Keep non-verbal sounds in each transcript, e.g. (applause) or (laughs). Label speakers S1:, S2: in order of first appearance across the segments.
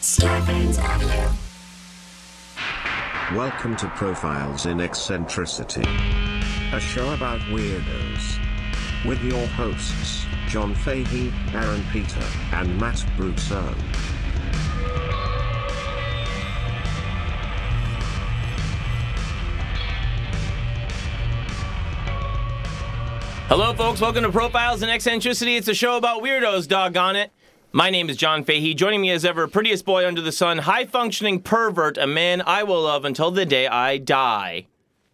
S1: Starbane's Audio.
S2: Welcome to Profiles in Eccentricity, a show about weirdos. With your hosts, John Fahey, Aaron Peter, and Matt Brousseau.
S3: Hello, folks. Welcome to Profiles in Eccentricity. It's a show about weirdos, doggone it. My name is John Fahey. Joining me as ever, prettiest boy under the sun, high functioning pervert, a man I will love until the day I die.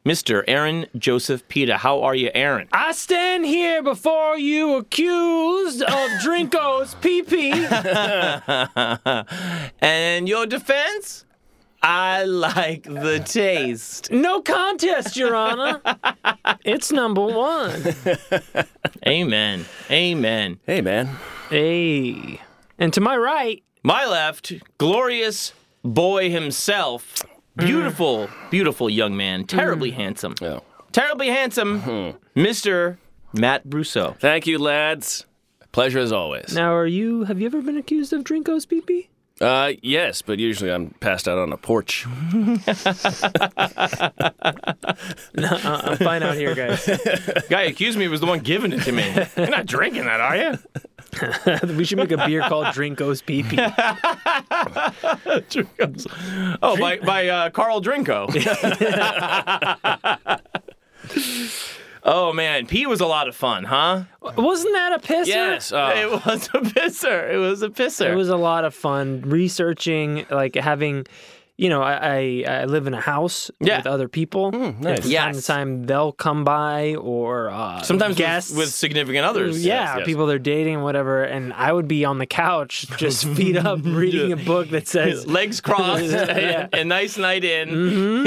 S3: Mr. Aaron Joseph Pita. How are you, Aaron?
S4: I stand here before you accused (laughs) of Drinko's pee pee.
S3: And your defense? I like the taste.
S4: No contest, Your Honor. It's number one.
S3: Amen. Amen.
S5: Hey, man.
S4: Hey. And to my right,
S3: My left, glorious boy himself, beautiful, beautiful young man, terribly handsome.
S5: Oh.
S3: terribly handsome Mr. Matt Brousseau.
S5: Thank you, lads. Pleasure as always.
S4: now are you, have you ever been accused of Drinko's pee pee?
S5: Uh, yes, but usually I'm passed out on a porch.
S4: Uh, I'm fine out here, guys. (laughs)
S3: Guy accused me was the one giving it to me. (laughs) You're not drinking that, are
S5: (laughs)
S3: you?
S4: we should make a beer called Drinko's pee pee.
S3: Oh, by, by uh, Carl (laughs) Drinko. oh man, pee was a lot of fun, huh?
S4: (laughs) Wasn't that a pisser?
S5: Yes. Uh,
S3: It was a pisser. It was a pisser.
S4: It was a lot of fun researching, like having, you know, I, I, I live in a house
S3: Yeah.
S4: with other people.
S5: nice.
S4: From time to
S3: Yes.
S4: time, they'll come by or uh,
S3: Sometimes
S4: guests
S3: with, with significant others.
S4: yeah,
S5: Yes, yes.
S4: people they're dating, whatever, and I would be on the
S3: (laughs)
S4: couch, just feet up, reading a book that says,
S3: Legs crossed,
S4: (laughs) Yeah. Mm-hmm.
S3: a nice night in,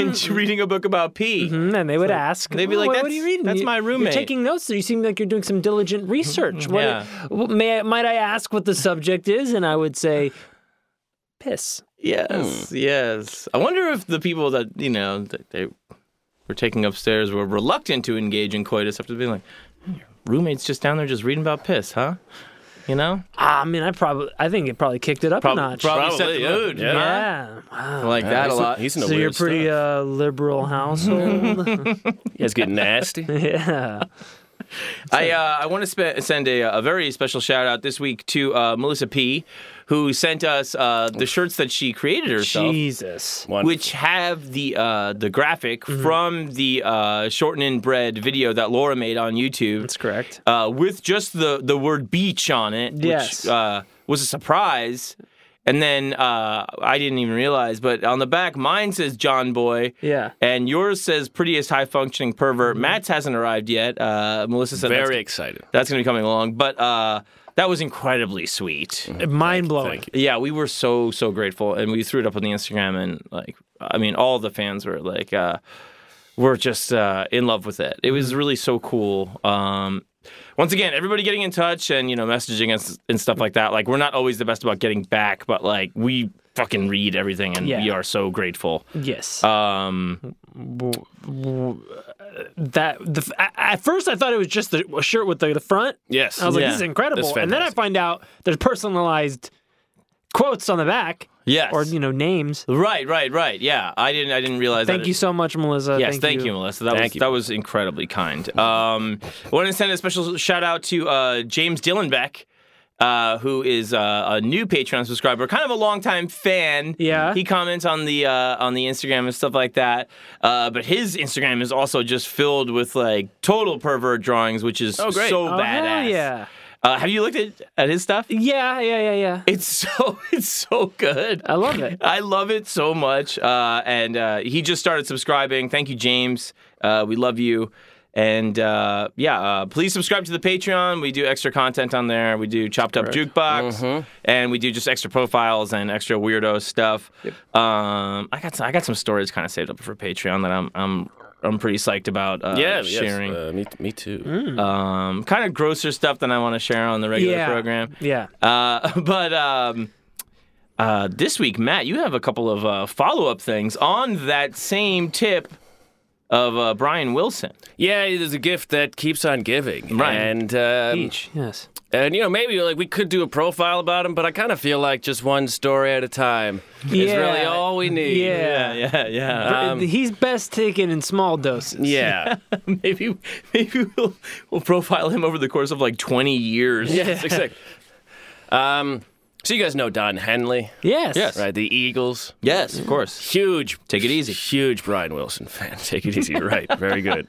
S3: (laughs) and reading a book about pee.
S4: "Hmm," and they would ask,
S3: they'd be like,
S4: "What- what,
S3: "That's-
S4: are you reading?
S3: that's
S4: You-
S3: my
S4: You're
S3: roommate."
S4: taking notes. So you seem like you're doing
S3: (laughs)
S4: some diligent research. What,
S3: Yeah.
S4: what- may I, might I ask what the subject is?" And I would say, "Piss."
S3: Yes,
S4: Hmm.
S3: yes. I wonder if the people that you know that they were taking upstairs were reluctant to engage in coitus after being like, "Hmm, your roommate's just down there just reading about piss, huh? You know,
S4: Ah, I mean, I probably, I think it probably kicked it up
S3: Prob-
S4: a notch.
S3: probably set
S5: Probably,
S3: the
S5: yeah.
S3: mood.
S5: Yeah.
S3: huh?
S4: yeah. Wow.
S3: I like that a
S5: he's-
S3: lot.
S5: He's in a
S4: So you're
S5: weird
S4: pretty
S5: stuff.
S3: (laughs)
S4: uh, liberal household. (laughs)
S5: You guys get nasty.
S4: yeah.
S3: I uh, I want to spe- send a, a very special shout out this week to uh, Melissa P, who sent us uh, the shirts that she created herself.
S4: Jesus.
S5: One.
S3: which have the uh, the graphic
S4: Mm-hmm.
S3: from the uh, short and bread video that Laura made on YouTube.
S4: That's correct.
S3: Uh, with just the the word beach on it,
S4: Yes.
S3: which uh, was a surprise. And then uh, I didn't even realize, but on the back, mine says John Boy.
S4: Yeah. Mm-hmm.
S3: And yours says prettiest high functioning pervert. Matt's hasn't arrived yet. Uh, Melissa said
S5: Very
S3: that's,
S5: excited.
S3: that's going to be coming along. But uh, that was incredibly
S4: Mm-hmm.
S3: sweet.
S4: Mind blowing.
S5: Thank you.
S3: Yeah, we were so so grateful, and we threw it up on the Instagram, and like, I mean, all the fans were like, uh, we're just uh, in love with it. It
S4: Mm-hmm.
S3: was really so cool. Um, once again, everybody getting in touch and you know messaging us and stuff like that. Like, we're not always the best about getting back, but like, we fucking read everything, and
S4: Yeah. Mm-hmm.
S3: we are so grateful.
S4: Yes.
S3: Um,
S4: that the, f- a- at first I thought it was just the a shirt with the, the front.
S5: Yes.
S4: I was like,
S3: Yeah.
S4: this is incredible.
S5: That's
S4: And then I
S5: fantastic.
S4: find out there's personalized quotes on the back
S3: yes.
S4: or you know names.
S3: right, right, right. Yeah, I didn't I didn't realize.
S4: Thank
S3: that
S4: you so much, Melissa.
S3: Yes, thank, you. Melissa. That
S5: Thank
S3: was
S5: you.
S3: that was incredibly kind. Um, I want to send a special shout out to uh, James Dillenbeck, uh, who is uh, a new Patreon subscriber, kind of a longtime fan.
S4: Yeah.
S3: he comments on the uh, on the Instagram and stuff like that. Uh, but his Instagram is also just filled with like total pervert drawings, which is
S5: Oh, great.
S3: so
S4: Oh, hell
S3: badaff.
S4: yeah.
S3: Uh, have you looked at, at his stuff?
S4: Yeah, yeah, yeah, yeah.
S3: It's so (laughs) it's so good.
S4: I love it.
S3: I love it so much. Uh, and uh, he just started subscribing. Thank you, James. Uh, we love you. And uh, yeah, uh, please subscribe to the Patreon. We do extra content on there. We do chopped up jukebox,
S4: Mm-hmm.
S3: and we do just extra profiles and extra weirdo stuff. Um, I got some, I got some stories kind of saved up for Patreon that I'm I'm I'm pretty psyched about uh,
S5: yeah, yes,
S3: sharing.
S5: uh, me, me too.
S3: Um, kind of grosser stuff than I want to share on the regular
S4: yeah.
S3: program.
S4: Yeah.
S3: Uh, (laughs) but um, uh, this week, Matt, you have a couple of uh, follow up things on that same tip of uh, Brian Wilson.
S5: Yeah, it is a gift that keeps on giving.
S3: Right.
S5: And um,
S4: Each, yes.
S5: and you know maybe like we could do a profile about him, but I kind of feel like just one story at a time is
S4: Yeah.
S5: really all we need.
S3: (laughs)
S4: Yeah.
S3: yeah, yeah. Uh,
S4: But He's best taken in small doses. (laughs)
S5: Yeah.
S3: (laughs) maybe maybe we'll, we'll profile him over the course of like 20 years.
S5: yeah.
S4: (laughs)
S5: Sick, sick. Um, so you guys know Don Henley,
S4: Yes.
S3: Yes.
S5: right? The Eagles.
S3: Yes, of course.
S5: Huge.
S3: Take it easy.
S5: Huge Brian Wilson fan. (laughs) Take it easy. Right. Very (laughs) good.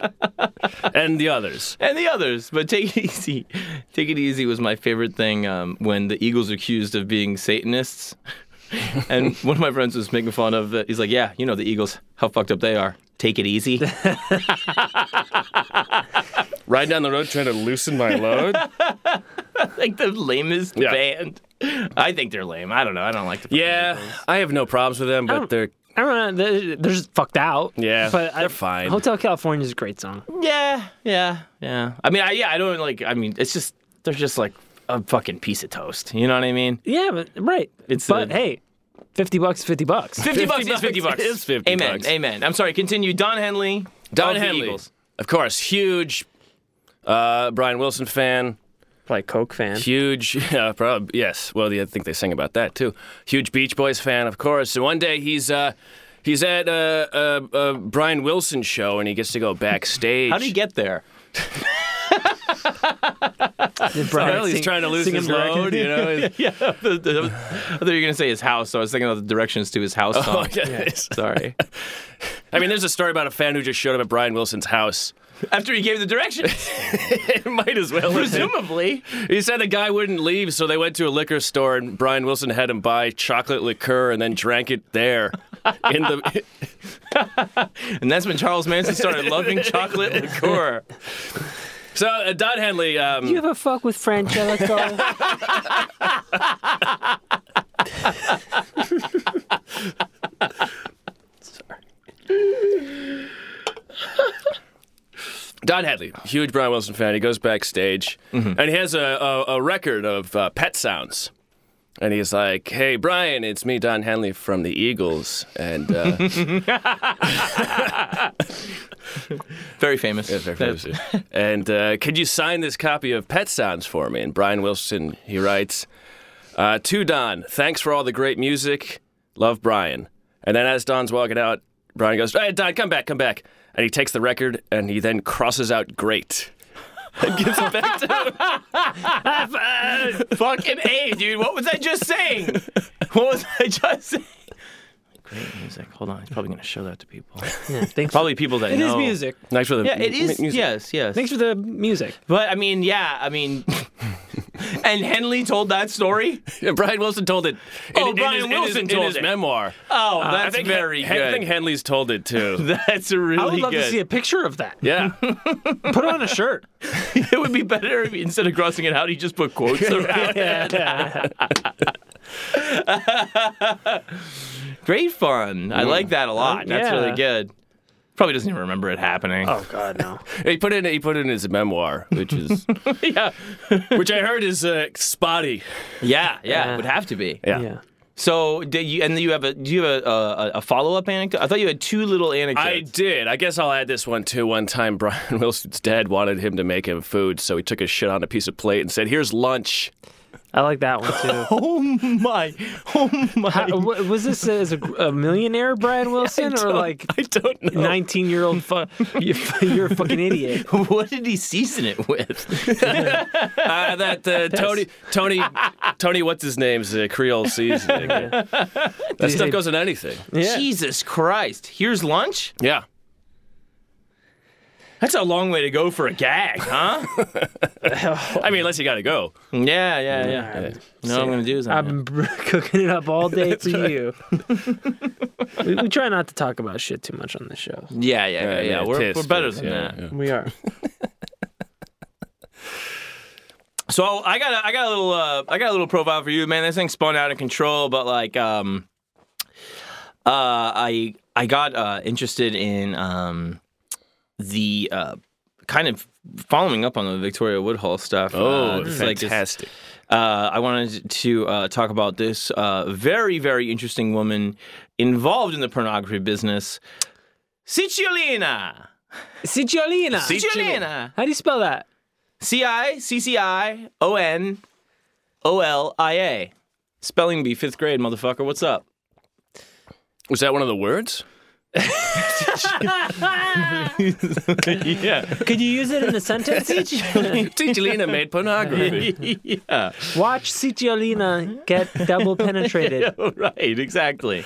S5: and the others.
S3: And the others, but take it (laughs) easy. Take it easy was my favorite thing um, when the Eagles were accused of being Satanists. (laughs) and one of my friends was making fun of it. He's like, Yeah, you know the Eagles, how fucked up they are. Take it easy.
S5: Riding down the road trying to loosen (laughs) my load.
S3: like the lamest
S5: Yeah.
S3: band. I think they're lame. I don't know. I don't like the
S5: yeah. I have no problems with them, but
S4: don't-
S5: they're
S4: I don't know. They're, they're just fucked out.
S5: Yeah,
S4: But I-
S5: they're fine.
S4: Hotel California is a great song.
S3: Yeah, yeah, yeah. I mean, I, yeah, I don't like. I mean, it's just they're just like a fucking piece of toast. You know what I mean?
S4: Yeah, but right.
S3: It's
S4: but
S3: a-
S4: hey, fifty bucks, fifty bucks.
S3: Fifty bucks is
S5: bucks
S3: fifty bucks.
S5: is 50
S3: amen.
S5: bucks.
S3: Amen. I'm sorry. Continue. Don Henley.
S5: Don
S3: of the
S5: Henley,
S3: Eagles.
S5: of course, huge uh, Brian Wilson fan,
S4: Probably Coke fan.
S5: huge, (laughs) yeah, prob- yes. Well, yeah, I think they sing about that too. Huge Beach Boys fan, of course. So one day he's uh, he's at a, a, a Brian Wilson show and he gets to go backstage.
S3: How do you get there?
S5: Well, he's trying to lose his load, you know.
S3: (laughs) (laughs)
S5: His,
S3: Yeah. the- the- I thought you were gonna say his house. So I was thinking about the directions to his house song.
S5: oh, yes.
S3: Sorry.
S5: I mean, there's a story about a fan who just showed up at Brian Wilson's house.
S3: (laughs) After he gave the (laughs) directions,
S5: It might as well. have been.
S3: presumably.
S5: He said a guy wouldn't leave, so they went to a liquor store, and Brian Wilson had him buy chocolate liqueur and then drank it there. In the
S3: And that's when Charles Manson started (laughs) loving chocolate liqueur.
S5: so uh, Don Henley, um,
S4: You ever fuck with Frangelico?
S5: Don Henley, huge Brian Wilson fan. He goes backstage, and he has a, a, a record of uh, Pet Sounds. And he's like, "Hey, Brian, it's me, Don Henley from the Eagles." And uh,
S3: Very famous.
S5: and uh, could you sign this copy of Pet Sounds for me? And Brian Wilson, he writes, uh, To Don, thanks for all the great music. Love Brian. And then as Don's walking out, Brian goes, Hey, Don, come back, come back. And he takes the record and he then crosses out great. (laughs) And gives it back to
S3: (laughs)
S5: him.
S3: Fucking A, dude. What was I just (laughs) saying? What was I just saying? Great music. Hold on. He's probably going to show that to
S4: (laughs)
S3: people.
S4: Thanks.
S3: Probably people that
S4: it
S3: know.
S4: is music.
S5: Thanks for the
S3: Yeah, it
S5: mu-
S3: is.
S5: music.
S3: Yes, yes.
S4: Thanks for the music.
S3: But I mean, yeah, I mean. (laughs) and Henley told that story?
S5: Yeah, Brian Wilson told it.
S3: Oh,
S5: in,
S3: Brian
S5: in his,
S3: Wilson
S5: in his,
S3: told
S5: in his
S3: it.
S5: memoir.
S3: Oh, that's
S5: I think
S3: very
S5: Hen- I
S3: good.
S5: think Henley's told it
S3: (laughs)
S5: too.
S3: that's really
S4: I would love
S3: good.
S4: to see a picture of that.
S5: yeah.
S4: Put it
S3: (laughs)
S4: on a shirt.
S3: It would be better if instead of crossing it out, he just put
S4: (laughs)
S3: quotes around. Great fun. I like that a lot. That's
S4: Uh, yeah.
S3: really good. Probably doesn't even remember it happening.
S4: Oh God, no.
S5: He put it in. He put it in his memoir, which is
S3: yeah.
S5: which I heard is uh, spotty.
S3: Yeah, yeah,
S4: Yeah.
S3: it would have to be.
S5: Yeah.
S4: Yeah.
S3: So did you? And you have a? Do you have a a, a follow up anecdote? I thought you had two little
S5: I
S3: anecdotes.
S5: did. I guess I'll add this one too. One time, (laughs) Brian Wilson's dad wanted him to make him food, so he took his shit on a piece of plate and said,
S3: (laughs)
S5: "Here's lunch."
S4: I like that one too.
S3: (laughs) oh my! Oh my!
S4: How- wa- was this as a, a
S3: (laughs)
S4: millionaire Brian Wilson or like (laughs)
S5: I don't know.
S4: nineteen-year-old? Fu- you- you're a
S3: (laughs)
S4: fucking idiot.
S3: what did he season it (laughs) with?
S5: Uh, that uh, Tony,
S3: (laughs)
S5: Tony, Tony, what's his name's uh, Creole seasoning? that stuff goes in anything.
S4: Yeah.
S3: Jesus Christ! Here's lunch.
S5: Yeah.
S3: That's a long way to go for a gag, huh?
S5: I mean, unless you got to go.
S3: (laughs) yeah, yeah, yeah. No, I'm gonna do is I'm
S4: I'm br- (laughs) cooking it up all day for you.
S3: (laughs)
S4: we, we try not to talk about shit too much on this show.
S3: yeah, yeah, yeah, Uh, yeah. We're,
S5: taste,
S3: we're better
S5: taste,
S3: than
S5: yeah,
S3: that.
S5: yeah.
S4: We (laughs) are.
S3: So I got a, I got a little uh, I got a little profile for you, man. This thing spun out of control, but like um, uh, I I got uh, interested in um, the uh, kind of following up on the Victoria Woodhull stuff.
S5: Oh,
S3: uh, it's like this- (laughs)
S5: fantastic!
S3: uh, I wanted to uh, talk about this uh, very very interesting woman involved in the pornography business, Cicciolina.
S4: Cicciolina.
S3: Cicciolina.
S4: How do you spell that?
S3: C I C C I O N O L I A. Spelling bee, fifth grade, motherfucker. What's up? (laughs)
S5: Was that one of the words?
S3: Yeah.
S4: Could you use it in
S3: (laughs)
S4: a sentence? (laughs)
S5: Tigelina made (laughs) pornography.
S3: yeah.
S4: Watch
S3: Uh-huh.
S4: Cicciolina get
S3: (laughs)
S4: double penetrated.
S3: Right, exactly.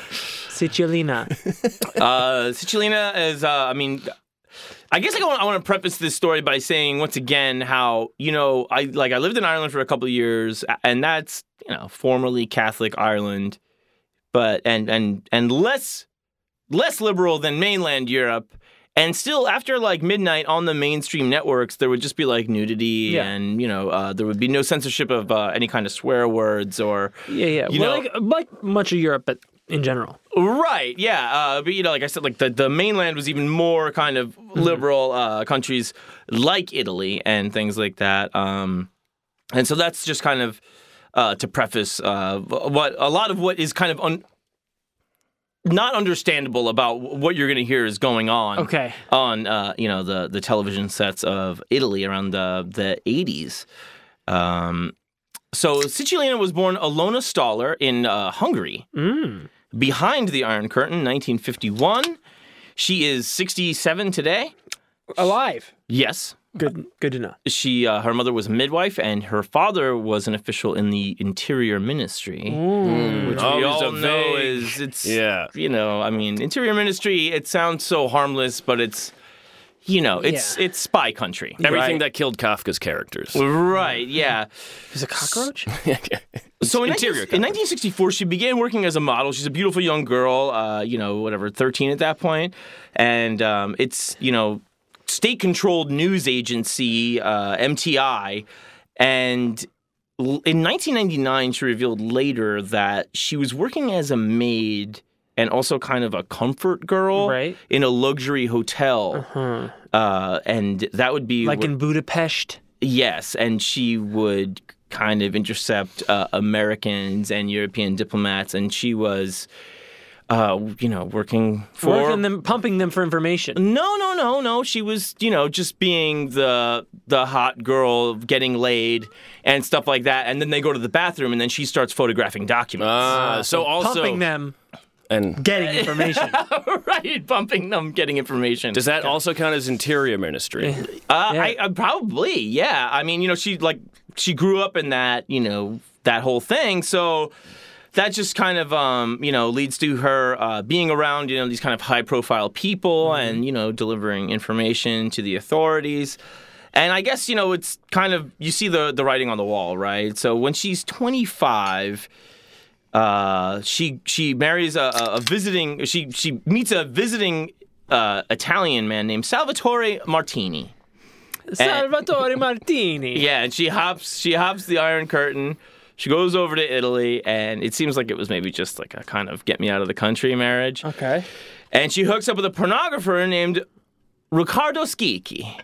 S4: Cicciolina.
S3: Uh, Cicciolina is, uh, I mean, I guess I want, I want to preface this story by saying once again how you know I like I lived in Ireland for a couple of years, a- and that's you know formerly Catholic Ireland, but and and and less less liberal than mainland Europe. And still, after like midnight on the mainstream networks, there would just be like nudity,
S4: Yeah.
S3: and you know, uh, there would be no censorship of uh, any kind of swear words or
S4: Yeah, yeah.
S3: You
S4: well,
S3: know-
S4: like, like much of Europe, but in general.
S3: Right. Yeah. Uh, but you know, like I said, like the, the mainland was even more kind of liberal uh, countries like Italy and things like that. Um, and so that's just kind of uh, to preface uh, what a lot of what is kind of un- not understandable about what you're going to hear is going on.
S4: Okay.
S3: On uh, you know the the television sets of Italy around the the 80s. Um, so Siciliana was born Alona Staller in uh, Hungary. Behind the Iron Curtain, 1951. She is 67 today.
S4: Alive.
S3: Yes.
S4: Good. Good to know.
S3: She, uh, her mother was a midwife, and her father was an official in the Interior Ministry, which we
S5: Always
S3: all know
S5: a
S3: (laughs)
S5: vague-
S3: is it's
S5: Yeah.
S3: you know, I mean, Interior Ministry. It sounds so harmless, but it's you know, it's
S4: Yeah.
S3: it's spy country.
S5: Everything
S3: right?
S5: that killed Kafka's characters.
S3: right, yeah.
S4: There's a cockroach.
S3: So in,
S5: Interior
S3: 19- in 1964, she began working as a model. She's a beautiful young girl, uh, you know, whatever, 13 at that point. And um, it's, you know, state controlled news agency, uh, MTI. And l- in 1999, she revealed later that she was working as a maid and also kind of a comfort girl
S4: Right.
S3: in a luxury hotel.
S4: Huh.
S3: Uh, and that would be
S4: (laughs) Like
S3: wh-
S4: in Budapest.
S3: Yes, and she would kind of intercept uh, Americans and European diplomats, and she was, uh, you know, working for.
S4: Working them, pumping them for information.
S3: no, no, no, no. She was, you know, just being the the hot girl, getting laid, and stuff like that. And then they go to the bathroom, and then she starts photographing documents.
S5: Ah, so also
S4: pumping them,
S5: and
S4: getting
S3: (laughs)
S4: information.
S3: (laughs) Eh. right, bumping them, getting information.
S5: does that also count as interior ministry?
S3: Uh,
S4: Yeah.
S3: I, I probably, yeah. I mean, you know, she like she grew up in that, you know, that whole thing. So that just kind of, um, you know, leads to her uh, being around, you know, these kind of high-profile people, and you know, delivering information to the authorities. And I guess you know, it's kind of you see the the writing on the wall, right? So when she's 25, uh, she she marries a, a a visiting she she meets a visiting uh, Italian man named Salvatore Martini.
S4: Salvatore Martini.
S3: Yeah, and she hops she hops the Iron Curtain. She goes over to Italy, and it seems like it was maybe just like a kind of get me out of the country marriage.
S4: Okay.
S3: And she hooks up with a pornographer named Riccardo Schicchi.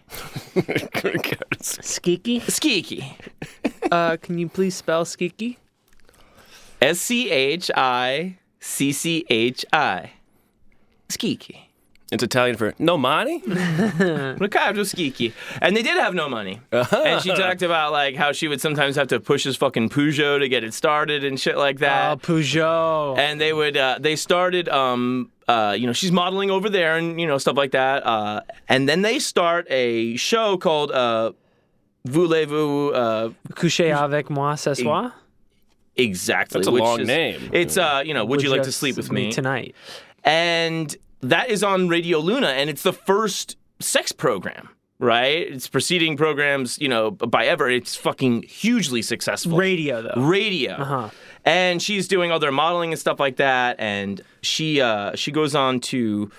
S4: Skiki.
S3: Schicchi.
S4: Uh, can you please spell Skiki?
S3: S C H I C C H I. Schicchi.
S5: (laughs) it's Italian for no money.
S3: Ricardo Schicchi. And they did have no money. And she talked about like how she would sometimes have to push his fucking Peugeot to get it started and shit like that.
S4: Oh, Peugeot.
S3: and they would uh, they started um uh you know she's modeling over there and you know stuff like that uh and then they start a show called uh voulez-vous uh
S4: Coucher avec moi ce soir.
S3: exactly
S5: That's a
S3: which
S5: long
S3: is-
S5: name.
S3: it's uh you know would, you like to sleep with me
S4: tonight?
S3: and that is on Radio Luna, and it's the first sex program, right? It's preceding programs, you know, by ever. It's fucking hugely successful.
S4: Radio though.
S3: Radio. Uh-huh. And she's doing all their modeling and stuff like that, and she uh, she goes on to.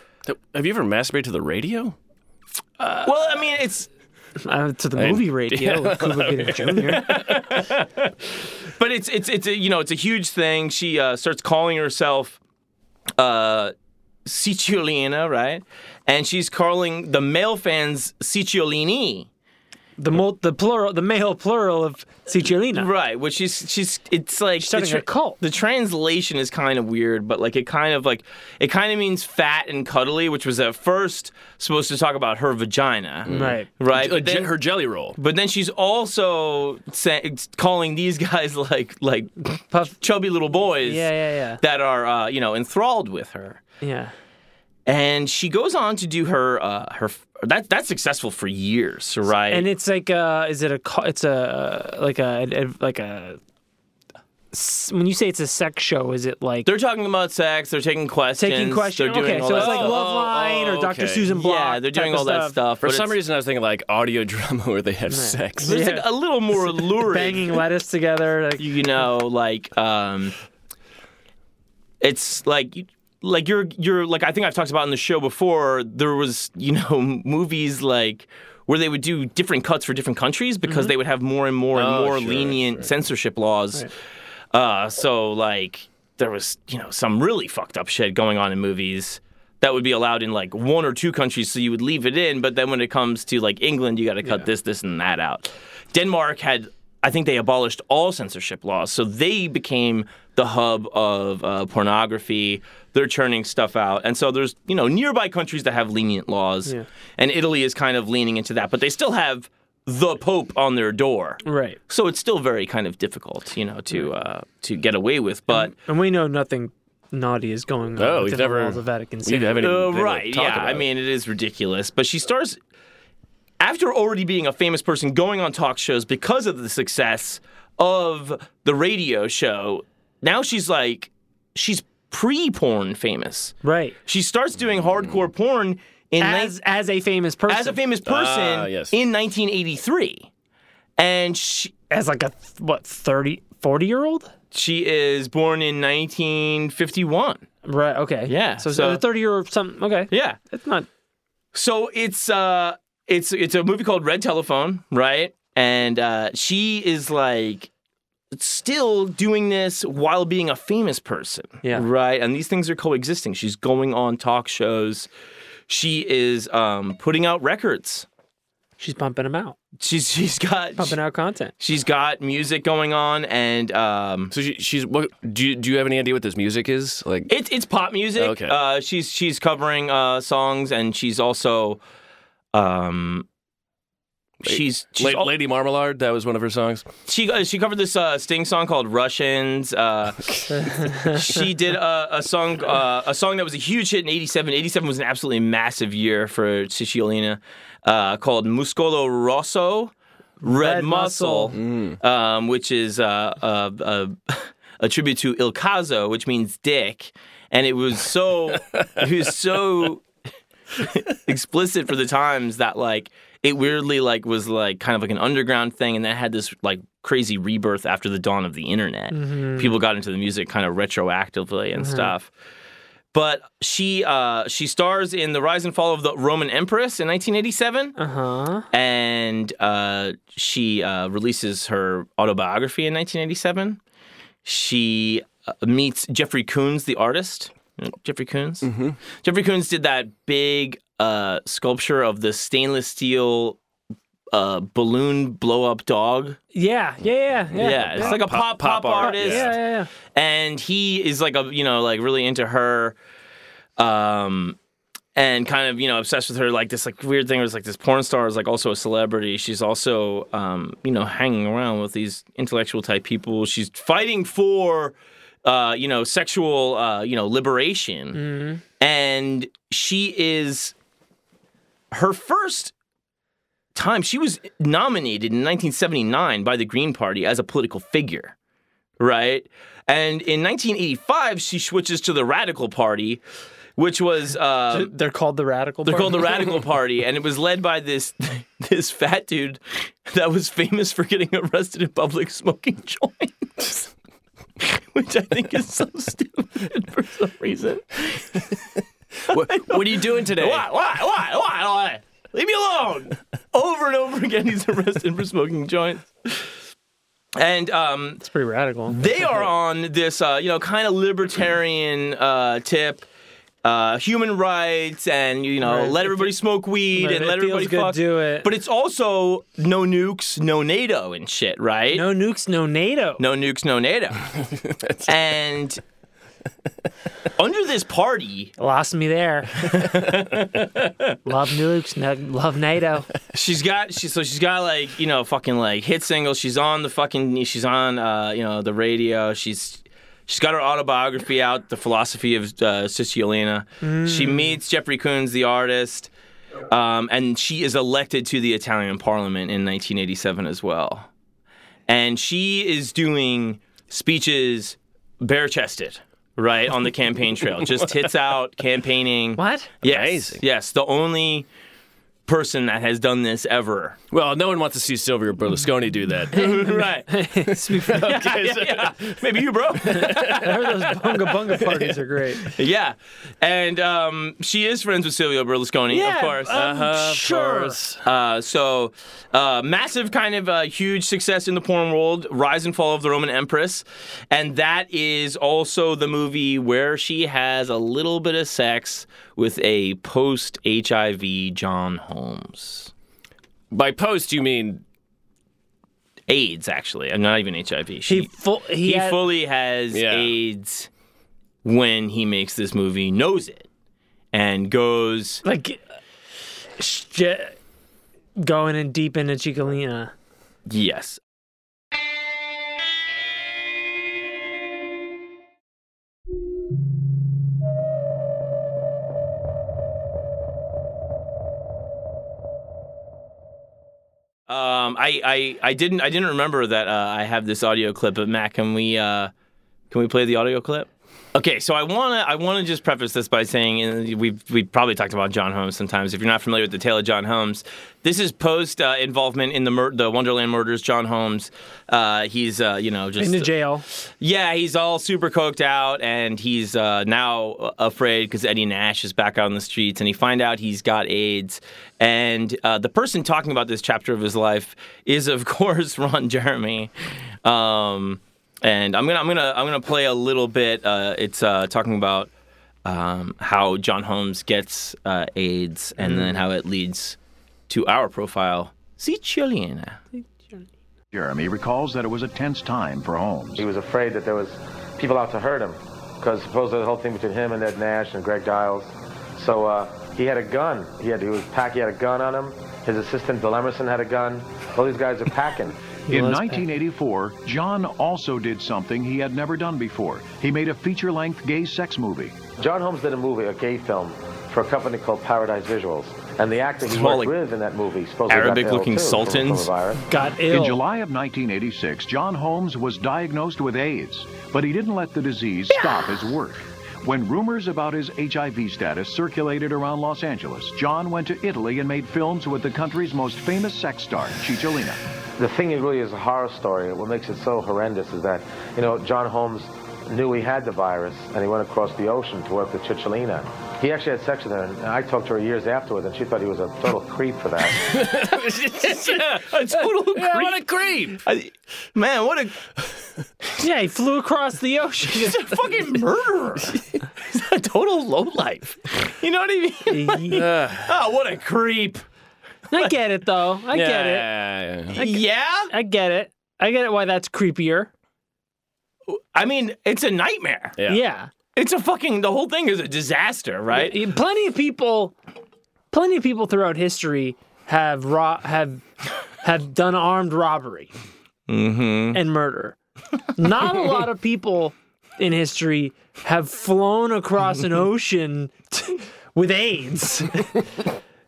S5: Have you ever masturbated to the radio?
S3: well, I mean, it's
S4: Uh, to the movie radio
S3: (laughs)
S4: with Cuba Gooding Jr.
S3: but it's it's it's a, you know it's a huge thing. She uh, starts calling herself uh, Cicciolina, right? And she's calling the male fans Cicciolini.
S4: the mul- the plural, the male plural of Cicciolina.
S3: Right, which she's she's it's like
S4: starting
S3: the
S4: a cult.
S3: The translation is kind of weird, but like it kind of like it kind of means fat and cuddly, which was at first supposed to talk about her vagina.
S4: Mm. Right.
S3: Right.
S5: Uh,
S3: But
S5: je-
S3: then,
S5: her jelly roll.
S3: but then she's also say, calling these (laughs) guys like like
S4: Puff.
S3: chubby little boys
S4: Yeah, yeah,
S3: that are uh, you know enthralled with her.
S4: yeah. Yeah.
S3: And she goes on to do her uh, her that that's successful for years, right?
S4: And it's like, uh, is it a? cu- It's a like a like a. s- When you say it's a sex show, is it like
S3: they're talking about sex. They're taking questions.
S4: taking questions?
S3: They're doing
S4: okay,
S3: all
S4: so
S3: that
S4: it's like
S3: stuff.
S4: Love Line
S5: oh,
S4: or Dr.
S5: okay.
S4: Susan Block.
S3: yeah, they're doing
S4: type of
S3: all that stuff.
S5: For
S3: but
S5: some
S3: it's-
S5: reason, I was thinking like audio (laughs) drama where they have sex.
S3: It's
S4: (laughs) Yeah.
S3: like a little more lurid,
S4: Banging lettuce
S3: (laughs)
S4: together. Like,
S3: you know, like um, it's like you- like you're you're like I think I've talked about in the show before. There was you know (laughs) movies like where they would do different cuts for different countries because they would have more and more and
S5: Mm-hmm. Oh,
S3: more
S5: sure,
S3: lenient censorship laws. Uh, so like there was you know some really fucked up shit going on in movies. That would be allowed in like one or two countries, so you would leave it in. But then when it comes to like England, you got to cut this, this, and that out. Denmark had, I think they abolished all censorship laws, so they became the hub of uh, pornography. They're churning stuff out, and so there's you know nearby countries that have lenient laws, and Italy is kind of leaning into that, but they still have the Pope on their door,
S4: right.
S3: so it's still very kind of difficult, you know, to uh, to get away with. But
S4: And we know nothing naughty is going on
S5: Oh,
S4: within
S5: we've
S4: the
S5: never-
S4: walls of Vatican
S5: We
S4: City.
S5: haven't even
S3: uh,
S5: been able to
S3: right,
S5: talk
S3: yeah,
S5: about
S3: I
S5: it.
S3: mean, it is ridiculous. But she stars after already being a famous person, going on talk shows because of the success of the radio show. Now she's like, she's pre-porn famous.
S4: Right.
S3: She starts doing
S5: Mm.
S3: hardcore porn in nin-
S4: As as a famous person.
S3: as a famous person
S5: Ah, yes.
S3: in 1983, and she
S4: as like a th- what 30 40 year old
S3: she is born in 1951.
S4: right okay
S3: Yeah,
S4: so,
S3: so-
S4: so 30 year old something okay
S3: Yeah.
S4: it's not
S3: So it's uh it's it's a movie called Red Telephone, right? And uh she is like still doing this while being a famous person.
S4: Yeah.
S3: Right? And these things are coexisting. She's going on talk shows. She is um putting out records.
S4: she's pumping them out
S3: She's she's got
S4: pumping out content
S3: she's got music going on and um
S5: So she, she's what? Do you, do you have any idea what this music is? Like,
S3: It's it's pop music.
S5: Okay.
S3: Uh, she's she's covering uh, songs and she's also, um, she's, she's
S5: La-
S3: al-
S5: Lady Marmalade. That was one of her songs.
S3: (laughs) she uh, she covered this uh, Sting song called Russians. Uh, she did a, a song uh, a song that was a huge hit in '87. '87 was an absolutely massive year for Cicciolina, uh, called Muscolo Rosso, Red,
S4: Red
S3: Muscle,
S4: Muscle. Mm.
S3: um, which is uh, a, a, (laughs) a tribute to Il Caso, which means dick, and it was so it was so explicit for the times that like it weirdly like was like kind of like an underground thing and that had this like crazy rebirth after the dawn of the internet people got into the music kind of retroactively and stuff but she uh she stars in the rise and fall of the roman empress in 1987
S4: uh-huh
S3: and uh, she uh, releases her autobiography in 1987. She uh, meets Jeffrey Koons, the artist. You know Jeffrey Koons. Jeffrey Koons did that big uh, sculpture of the stainless steel uh, balloon blow up dog.
S4: yeah yeah yeah yeah
S3: Yeah, it's like a pop
S5: Pop-
S3: pop,
S5: pop art,
S3: artist,
S4: yeah, yeah, yeah.
S3: and he is like a you know like really into her. Um, and kind of you know obsessed with her like this like weird thing was like this porn star is like also a celebrity she's also um, you know hanging around with these intellectual type people she's fighting for uh, you know sexual uh, you know liberation and she is her first time she was nominated in 1979 by the green party as a political figure right and in 1985 she switches to the radical party which was uh,
S4: they're called the radical
S3: they're called the
S5: (laughs)
S3: Radical Party, and it was led by this (laughs) this fat dude that was famous for getting arrested in public smoking (laughs) joints. (laughs) Which I think is so stupid for some reason.
S5: what, what are you doing today?
S3: Why, why, why, why, why? Leave me alone! Over and over again, he's arrested for smoking joints. And um,
S4: it's pretty radical
S3: they are on this, uh, you know, kind of libertarian uh, tip. uh, human rights and you know
S4: Right.
S3: let everybody smoke weed
S4: Right,
S3: and
S4: it
S3: let
S4: feels
S3: everybody
S4: good,
S3: fuck.
S4: do it.
S3: But it's also no nukes, no NATO and shit, right?
S4: No nukes, no NATO.
S3: no nukes, no
S4: (laughs)
S3: NATO. and under this party,
S4: Lost me there. love nukes, no, love NATO.
S3: she's got she so she's got like you know fucking like hit singles. She's on the fucking she's on uh, you know the radio. She's she's got her autobiography out, the philosophy of uh, Siciliana. She meets Jeffrey Coons, the artist. Um, and she is elected to the Italian parliament in 1987 as well. And she is doing speeches bare chested, right, on the campaign trail. Just hits out campaigning.
S4: What?
S3: Yes.
S5: Amazing.
S3: Yes. The only person that has done this ever.
S5: Well, no one wants to see Silvio Berlusconi do
S3: (laughs)
S5: that.
S3: (laughs) right.
S5: (laughs)
S3: yeah, yeah, yeah. Maybe you, bro.
S4: I heard those bunga bunga parties are great.
S3: (laughs) yeah. And um, she is friends with Silvio Berlusconi, of course. Uh-huh.
S5: Uh, of
S4: sure.
S5: course.
S3: Uh, so, uh, massive kind of uh, huge success in the porn world, Rise and Fall of the Roman Empress. And that is also the movie where she has a little bit of sex with a post HIV John Holmes.
S5: By post, you mean
S3: AIDS, actually. I'm not even HIV. She,
S4: He full. He,
S3: he
S4: had-
S3: fully has
S5: Yeah.
S3: AIDS when he makes this movie, knows it, and goes.
S4: like sh- going in deep into Chicolina.
S3: Yes. Um, I, I, I didn't I didn't remember that uh, I have this audio clip, but Matt, can we uh, can we play the audio clip? Okay, so I wanna I wanna just preface this by saying and we've we've probably talked about John Holmes sometimes. If you're not familiar with the tale of John Holmes, this is post uh, involvement in the mur- the Wonderland murders. John Holmes, uh, he's uh, you know just
S4: Into jail.
S3: yeah, he's all super coked out, and he's uh, now afraid because Eddie Nash is back out on the streets, and he find out he's got AIDS. And uh, the person talking about this chapter of his life is, of (laughs) course, Ron Jeremy. Um, and I'm gonna, I'm gonna, I'm gonna play a little bit. Uh, it's uh, talking about um, how John Holmes gets uh, AIDS,
S5: Mm-hmm.
S3: and then how it leads to our profile, (laughs) Siciliana.
S1: Jeremy recalls that it was a tense time for Holmes.
S6: He was afraid that there was people out to hurt him because supposedly the whole thing between him and Ed Nash and Greg Giles. So uh, he had a gun. He had he was pack. He had a gun on him. His assistant Bill Emerson had a gun. All these guys are packing.
S1: In
S4: was
S1: 1984, John also did something he had never done before. He made a feature length gay sex movie.
S6: John Holmes did a movie, a gay film, for a company called Paradise Visuals, and the actor he
S3: It's more
S6: worked
S3: like
S6: with in that movie supposedly got
S3: Arabic-looking
S6: ill, too, from
S3: sultans.
S6: coronavirus.
S4: Got ill.
S1: In July of 1986, John Holmes was diagnosed with AIDS, but he didn't let the disease stop his work. When rumors about his HIV status circulated around Los Angeles, John went to Italy and made films with the country's most famous sex star, Cicciolina.
S6: the thing that really is a horror story, what makes it so horrendous is that, you know, John Holmes knew he had the virus and he went across the ocean to work with Chicholina. He actually had sex with her, and I talked to her years afterwards, and she thought he was a total creep for that.
S3: a total
S5: Yeah, what a creep.
S3: I, man, what a
S4: Yeah, he flew across the
S5: (laughs)
S4: ocean.
S3: he's a fucking murderer. (laughs) he's a total lowlife. You know what I mean? Oh, what a creep.
S4: I get it though. I get it.
S5: Yeah.
S3: yeah?
S4: I get it. I get it. Why that's creepier.
S3: I mean, it's a nightmare.
S5: Yeah.
S4: Yeah.
S3: It's a fucking the whole thing is a disaster, right?
S4: (laughs) Y- Plenty of people, plenty of people throughout history have ro- have have done armed robbery
S5: Mm-hmm.
S4: and murder. Not a lot of people in history have flown across
S5: (laughs)
S4: an ocean t- with AIDS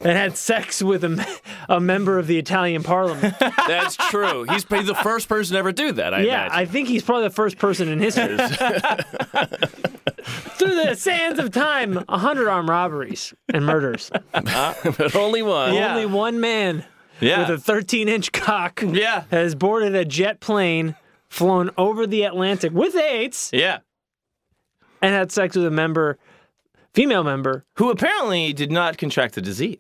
S4: and had sex with a, me- a member of the Italian parliament.
S5: That's true. He's he's the first person to ever do that, I
S4: Yeah,
S5: imagine.
S4: I think he's probably the first person in history. (laughs) Through the sands of time, 100 armed robberies and murders.
S5: but only one.
S3: Yeah.
S4: Only one man
S3: yeah.
S4: with a 13 inch cock
S3: yeah.
S4: has boarded a jet plane, flown over the Atlantic with AIDS,
S3: Yeah.
S4: and had sex with a member, female member.
S3: Who apparently did not contract the disease.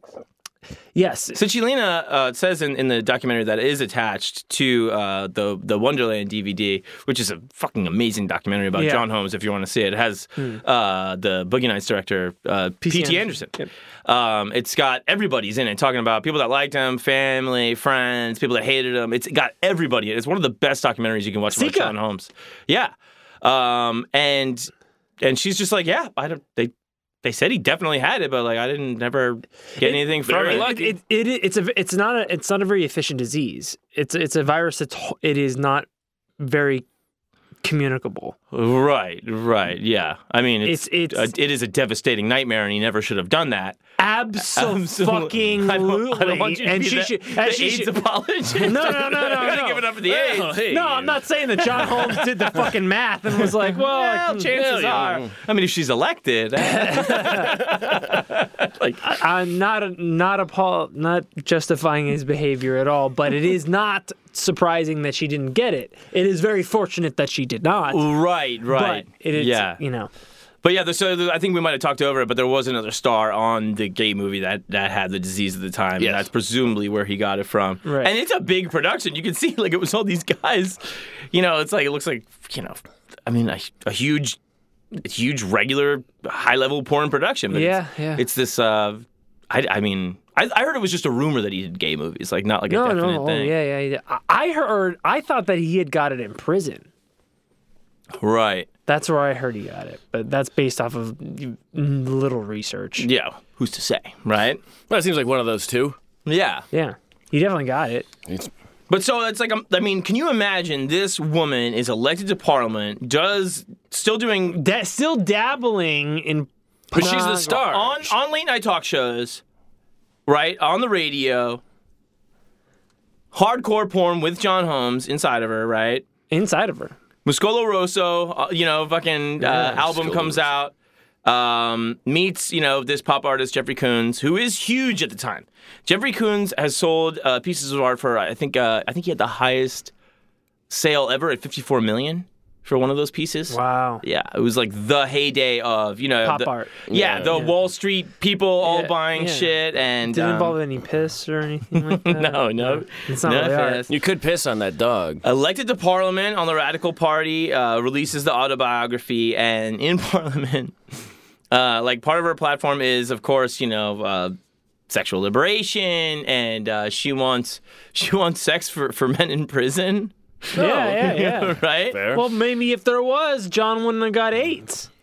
S4: Yes.
S3: Cichilina uh, says in, in the documentary that it is attached to uh, the the Wonderland DVD, which is a fucking amazing documentary about
S4: Yeah.
S3: John Holmes. If you want to see it, it has uh, the Boogie Nights director uh, P.T. Anderson. Um, it's got everybody's in it, talking about people that liked him, family, friends, people that hated him. It's got everybody. in it. It's one of the best documentaries you can watch about
S4: Sika.
S3: John Holmes. Yeah, um, and and she's just like, yeah, I don't. They they said he definitely had it, but like I didn't never get anything from
S5: very
S3: it.
S5: lucky.
S4: It, it, it it's a it's not a it's not a very efficient disease. It's it's a virus that's ho- it is not very communicable.
S3: Right, right, yeah. I mean, it's,
S4: It's- it's-
S3: a, it is a devastating nightmare, and he never should have done that. Um, (laughs)
S4: Absolutely.
S3: I don't, I don't want you to
S4: and
S3: be
S4: she
S3: that-
S4: should
S3: the
S4: and she
S3: AIDS
S4: should-
S3: apologist.
S4: (laughs)
S3: (laughs)
S4: No, no, no, (laughs) no,
S3: I gotta
S4: no.
S3: give it up for the AIDS.
S5: Well, hey.
S4: No, I'm not saying that John Holmes did the fucking math and was like, well,
S3: Well, chances
S5: yeah.
S3: are. I mean, if she's elected, uh,
S4: (laughs) I, I'm not not appall, not justifying his behavior at all, but it is not surprising that she didn't get it. It is very fortunate that she did not.
S3: right, right,
S4: But it is,
S3: yeah,
S4: you know,
S3: But yeah, there- so there- I think we might have talked over it, but there was another star on the gay movie that, that had the disease at the time.
S5: Yes.
S3: And that's presumably where he got it from.
S4: Right.
S3: And it's a big production. You can see, like, it was all these guys. You know, it's like, it looks like, you know, I mean, a, a huge, a huge, regular, high level porn production. But it's-
S4: Yeah, yeah.
S3: It's this, uh, I, I mean, I, I heard it was just a rumor that he did gay movies, like, not like a
S4: no,
S3: definite
S4: no, oh,
S3: thing.
S4: yeah, yeah, yeah. I- I heard, I thought that he had got it in prison.
S3: Right.
S4: That's where I heard he got it, but that's based off of little research.
S3: Yeah. Who's to say? Right.
S5: Well, it seems like one of those two.
S3: Yeah.
S4: Yeah, he definitely got it.
S5: It's-
S3: But so it's like, um, I mean, can you imagine this woman is elected to parliament, does still doing
S4: That still dabbling in.
S5: but she's the star.
S3: on on late night talk shows, right on the radio, hardcore porn with John Holmes inside of her, right?
S4: inside of her.
S3: Muscolo Rosso, uh, you know, fucking uh, album comes out. Um, meets, you know, this pop artist Jeffrey Koons, who is huge at the time. Jeffrey Koons has sold uh, pieces of art for I think uh, I think he had the highest sale ever at 54 million for one of those pieces.
S4: Wow.
S3: Yeah, it was like the heyday of you know
S4: Pop
S3: the-
S4: art.
S3: Yeah, the Wall Street people all
S4: Yeah,
S3: buying
S4: yeah.
S3: shit and
S4: Did it
S3: um,
S4: involve any piss or anything (laughs) like that?
S3: no, no,
S4: It's not
S3: no
S4: really art.
S3: fast.
S5: You could piss on that dog.
S3: Elected to Parliament on the Radical Party, uh, releases the autobiography, and in (laughs) Parliament, uh, like part of her platform is, of course, you know, uh, sexual liberation, and uh, she wants (laughs) she wants sex for, for men in prison, (laughs)
S4: Yeah, yeah, (laughs) yeah.
S3: right?
S5: Fair.
S4: Well, maybe if there was, John wouldn't have got eight.
S3: (laughs)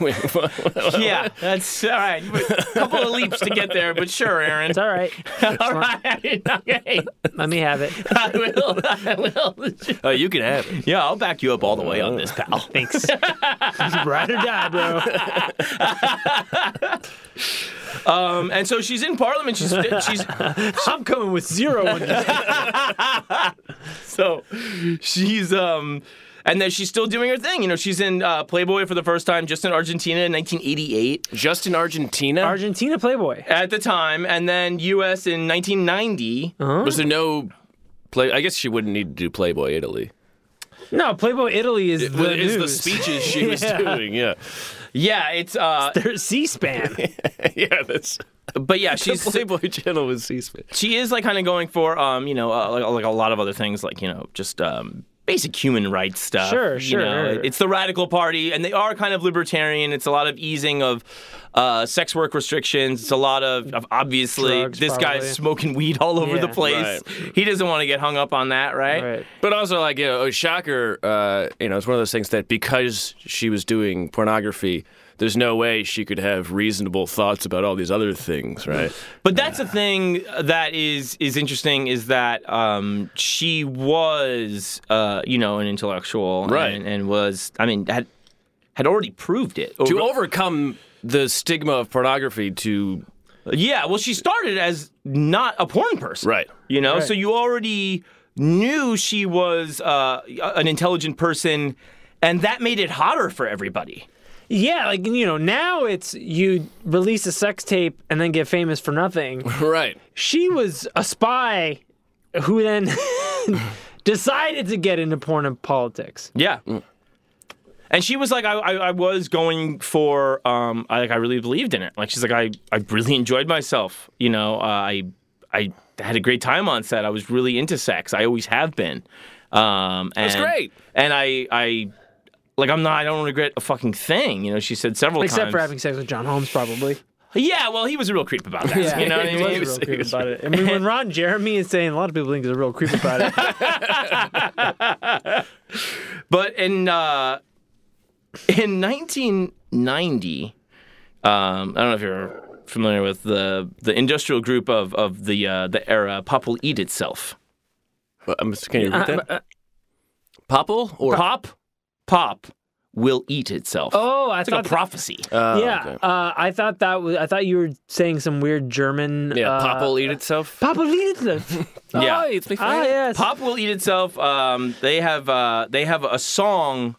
S3: Yeah, that's all right. A couple of leaps to get there, but sure, Aaron.
S4: It's (laughs) all right.
S3: All
S4: (laughs)
S3: right, okay,
S4: Let me have it.
S3: I will, I will.
S5: Oh, you can have it.
S3: Yeah, I'll back you up all the way on this, pal.
S4: Thanks. (laughs) Ride or die, bro.
S3: Um, and so she's in Parliament. She's (laughs) she's
S4: I'm coming with zero on (laughs) this.
S3: (laughs) so she's um and then she's still doing her thing you know she's in uh, playboy for the first time just in argentina in 1988
S5: Just in Argentina?
S4: Argentina Playboy.
S3: at the time and then us in 1990
S5: Was there no play? I guess she wouldn't need to do Playboy Italy.
S4: No, Playboy Italy is the
S5: it's the
S4: news.
S5: speeches she was doing. Yeah, (laughs)
S3: yeah it's uh
S4: They're (laughs) c-span
S5: yeah. That's
S3: but yeah she's
S5: Playboy Channel was C-SPAN.
S3: she is like kind of going for um you know uh, like, like a lot of other things like you know just um basic human rights stuff
S4: Sure,
S3: you
S4: sure.
S3: know. it's the radical party and they are kind of libertarian it's a lot of easing of uh, sex work restrictions it's a lot of, of obviously
S4: Drugs,
S3: this
S4: probably.
S3: guy's smoking weed all over
S4: Yeah.
S3: the place he doesn't want to get hung up on that right,
S4: Right.
S5: But also, like, you know, oh, shocker, uh, you know, it's one of those things that because she was doing pornography, there's no way she could have reasonable thoughts about all these other things, right?
S3: But that's the thing that is is interesting is that um, she was uh, you know an intellectual
S5: Right.
S3: and, and was I mean had had already proved it
S5: to
S3: over-
S5: overcome the stigma of pornography to.
S3: Yeah, well, she started as not a porn person.
S5: Right.
S3: You know, so you already knew she was uh, an intelligent person, and that made it hotter for everybody.
S4: Yeah, like you know, now it's you release a sex tape and then get famous for nothing.
S5: Right.
S4: She was a spy who (laughs) then decided to get into porn and politics.
S3: Yeah. And she was like, I, I, I was going for, um, I, like I really believed in it. Like she's like, I, I really enjoyed myself. You know, uh, I, I had a great time on set. I was really into sex. I always have been. Um, and,
S5: That's great.
S3: And I, I, like I'm not. I don't regret a fucking thing. You know, she said several
S4: Except
S3: times.
S4: for having sex with John Holmes, probably.
S3: Yeah, well, he was a real creep about
S4: (laughs)
S3: that. you know what I
S4: he
S3: mean?
S4: was a real creep about it. I mean, when Ron Jeremy is saying a lot of people think he's a real creep about it.
S3: But in uh, in 1990, um, I don't know if you're familiar with the the industrial group of of the uh, the era. Pop will eat itself.
S5: Well, I'm, just- can you read that? Popple or
S3: Pop, pop will eat itself.
S4: Oh, I
S3: it's like
S4: thought
S3: a prophecy.
S5: Oh,
S4: yeah,
S5: okay.
S4: uh, I thought that was. I thought you were saying some weird German.
S5: yeah.
S4: uh,
S5: Popple eat itself.
S4: Papa Liedler.
S3: yeah.
S5: Oh, it's my
S4: ah,
S5: favorite.
S4: yes.
S3: Pop will eat itself. Um, they have uh, they have a song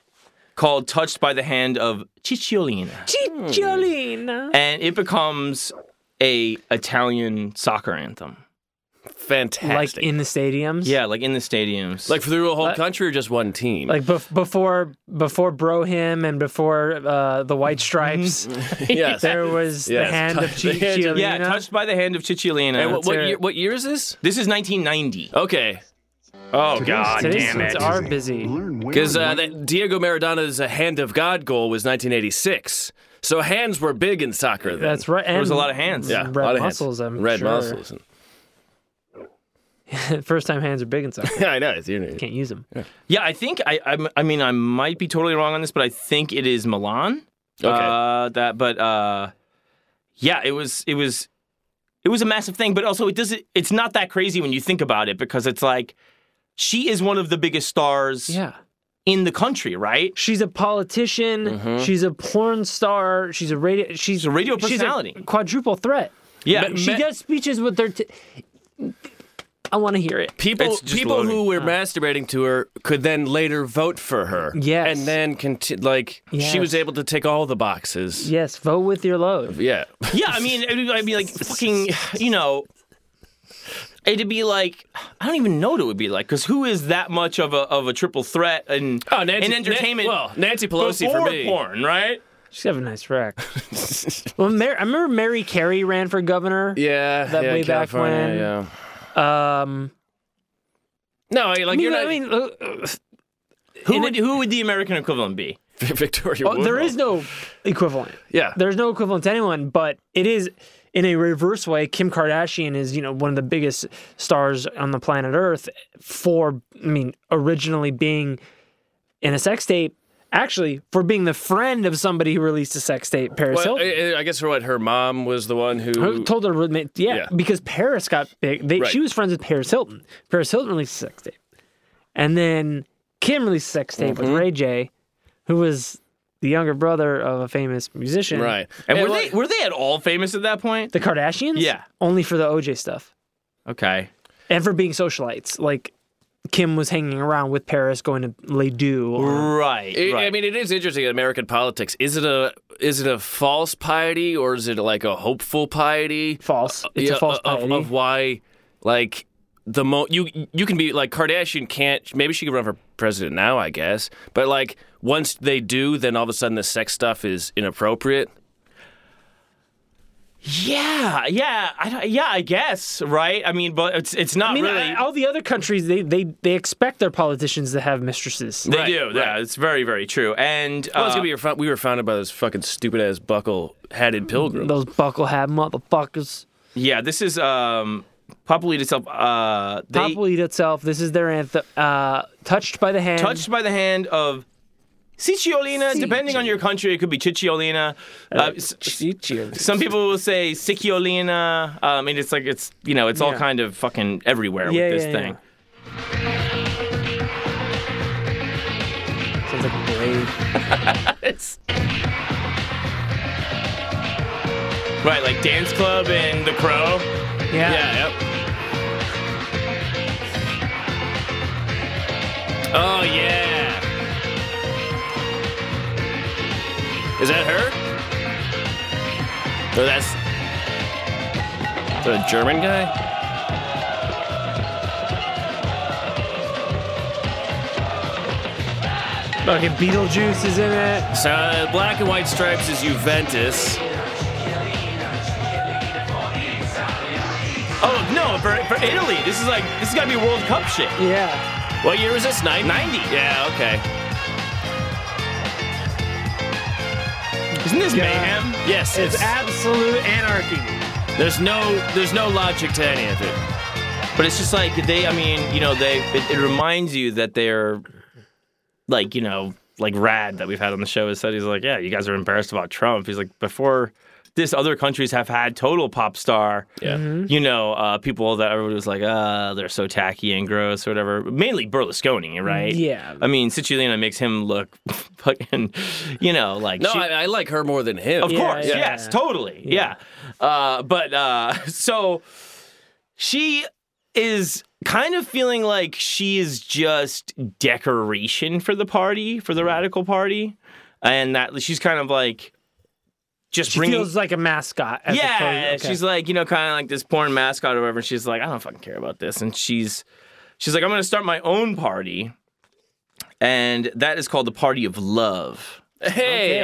S3: called "Touched by the Hand of Cicciolina."
S4: Cicciolina.
S3: and it becomes a Italian soccer anthem.
S4: Like
S5: Fantastic.
S4: in the stadiums.
S3: Yeah, like in the stadiums.
S5: Like for the whole country or just one team?
S4: Like (laughs) bef- before, before Bro Him and before uh, the White Stripes,
S5: (laughs) yes.
S4: there was
S5: Yes.
S4: the hand of
S3: (laughs)
S5: The hand of-
S4: Cicciolina.
S3: yeah, touched by the hand of Cicciolina.
S5: And what, what,
S4: it.
S5: year, what year is this?
S3: this is 1990.
S5: Okay.
S3: Oh God,
S4: Today's kids are busy.
S5: Because uh, that Diego Maradona's uh, hand of God goal was 1986. So hands were big in soccer then.
S4: That's right. And
S3: There was a lot of hands.
S5: yeah,
S4: red
S5: a lot of
S4: muscles,
S5: Hands.
S4: I'm
S5: red
S4: sure.
S5: muscles. (laughs) And,
S4: (laughs) First time hands are big and stuff.
S5: yeah, I know. It's, you
S4: (laughs) Can't use them.
S3: Yeah, I think I, I. I mean, I might be totally wrong on this, but I think it is Milan.
S5: Okay.
S3: Uh, that, but uh, yeah, it was. It was. It was a massive thing, but also it doesn't. It's not that crazy when you think about it because it's like she is one of the biggest stars
S4: Yeah.
S3: in the country, right?
S4: She's a politician. She's a porn star. She's a radio. She's,
S3: Mm-hmm. a radio
S4: she's
S3: personality.
S4: quadruple threat.
S3: Yeah,
S5: But-
S4: She
S5: Me-
S4: does speeches with their. T- I want to hear it.
S5: people
S3: It's just
S5: people who
S3: loading.
S5: were masturbating to her could then later vote for her.
S4: Yes.
S5: And then conti- like she
S4: Yes.
S5: was able to take all the boxes.
S4: Yes, vote with your love.
S5: Yeah. (laughs)
S3: Yeah, I mean, I mean, I mean, like fucking, you know, it'd be like I don't even know what it would be like because who is that much of a of a triple threat and
S5: Oh, Nancy,
S3: in entertainment?
S5: Nan- well, Nancy Pelosi
S3: before
S5: for me.
S3: porn, right?
S4: She's got a nice rack.
S5: (laughs)
S4: well, Mar- I remember Mary Carey ran for governor.
S5: Yeah.
S4: That
S5: yeah,
S4: way back
S5: California,
S4: when-
S5: Yeah.
S4: Um,
S5: No, I- like
S4: I mean,
S5: you're not
S4: I mean, uh,
S3: Who would who would the American equivalent be?
S5: (laughs) Victoria.
S4: uh, there
S5: Woodwell.
S4: is no equivalent.
S5: Yeah.
S4: There's no equivalent to anyone, but it is in a reverse way. Kim Kardashian is, you know, one of the biggest stars on the planet Earth for, I mean, originally being in a sex tape, actually, for being the friend of somebody who released a sex tape, Paris
S5: Well,
S4: Hilton.
S5: I, I guess for what her mom was the one who.
S4: Who told her roommate, yeah,
S5: Yeah.
S4: because Paris got big. They, She
S5: Right.
S4: was friends with Paris Hilton. Paris Hilton released a sex tape. And then Kim released a sex tape
S5: Mm-hmm.
S4: with Ray J, who was the younger brother of a famous musician.
S5: right.
S3: And were
S5: well,
S3: they were they at all famous at that point?
S4: The Kardashians?
S3: Yeah.
S4: Only for the OJ stuff
S3: Okay,
S4: and for being socialites. Like, Kim was hanging around with Paris going to Les Deux. or-
S3: right,
S5: It-
S3: right.
S5: I mean, it is interesting in American politics. Is it a is it a false piety or is it like a hopeful piety?
S4: False. It's
S5: uh, Yeah,
S4: a false
S5: of-
S4: piety.
S5: Of, why, like the mo you you can be like Kardashian can't. Maybe she could run for president now, I guess. But like once they do, then all of a sudden the sex stuff is inappropriate.
S3: yeah, yeah, I, don't- yeah. I guess right. I mean, but it's it's not
S4: I mean,
S3: really.
S4: I- all the other countries, they, they, they expect their politicians to have mistresses.
S3: they
S5: Right,
S3: do. Yeah,
S5: right.
S3: it's very very true. And
S5: Well, it's
S3: uh,
S5: gonna be your, we were founded by those fucking stupid ass buckle hatted pilgrims.
S4: Those bucklehead motherfuckers.
S3: yeah, this is um. Populate itself. Uh, they,
S4: Pop will eat itself. This is their anthem. Uh, touched by the hand.
S3: touched by the hand of Cicciolina. Depending on your country, it could be Cicciolina. Uh, s-
S4: Cicciolina.
S3: some people will say Cicciolina. Um, and it's like it's you know it's all
S4: Yeah.
S3: kind of fucking everywhere
S4: Yeah,
S3: with this
S4: yeah,
S3: thing.
S4: Sounds like a blade.
S3: It's- right, like dance club and The Crow.
S4: Yeah.
S5: Yeah, yep. Oh, yeah. Is that her? Or that's. The German guy?
S4: Fucking Beetlejuice is in it.
S5: So, uh, Black and White Stripes is Juventus.
S3: Oh no, for, for Italy, this is like this has got to be World Cup shit.
S4: Yeah.
S5: What year was this? 90?
S3: 90.
S5: Yeah, okay.
S3: Isn't this
S4: Yeah.
S3: mayhem?
S5: Yes,
S4: It's,
S5: it's,
S4: absolute anarchy.
S5: there's no there's no logic to any of it.
S3: But it's just like they. I mean, you know, they. It, it reminds you that they're, like, you know, like Rad that we've had on the show has said he's like, yeah, you guys are embarrassed about Trump. He's like, before this, other countries have had total pop star.
S5: Yeah. Mm-hmm.
S3: You know, uh, people that everybody was like, uh, they're so tacky and gross or whatever. Mainly Berlusconi, right?
S4: Yeah.
S3: I mean, Cicilina makes him look (laughs) fucking, you know, like
S5: No,
S3: she-
S5: I, I like her more than him.
S3: of course,
S4: yeah,
S3: yes,
S4: yeah.
S3: totally, yeah. Uh, but uh, (laughs) so she is kind of feeling like she is just decoration for the party, for
S4: Mm.
S3: the radical party, and that she's kind of like just
S4: She
S3: bringing.
S4: feels like a mascot. As
S3: yeah,
S4: opposed, okay.
S3: she's like you know, kind of like this porn mascot or whatever. And she's like, I don't fucking care about this, and she's she's like, I'm gonna start my own party, and that is called the Party of Love,
S5: Hey,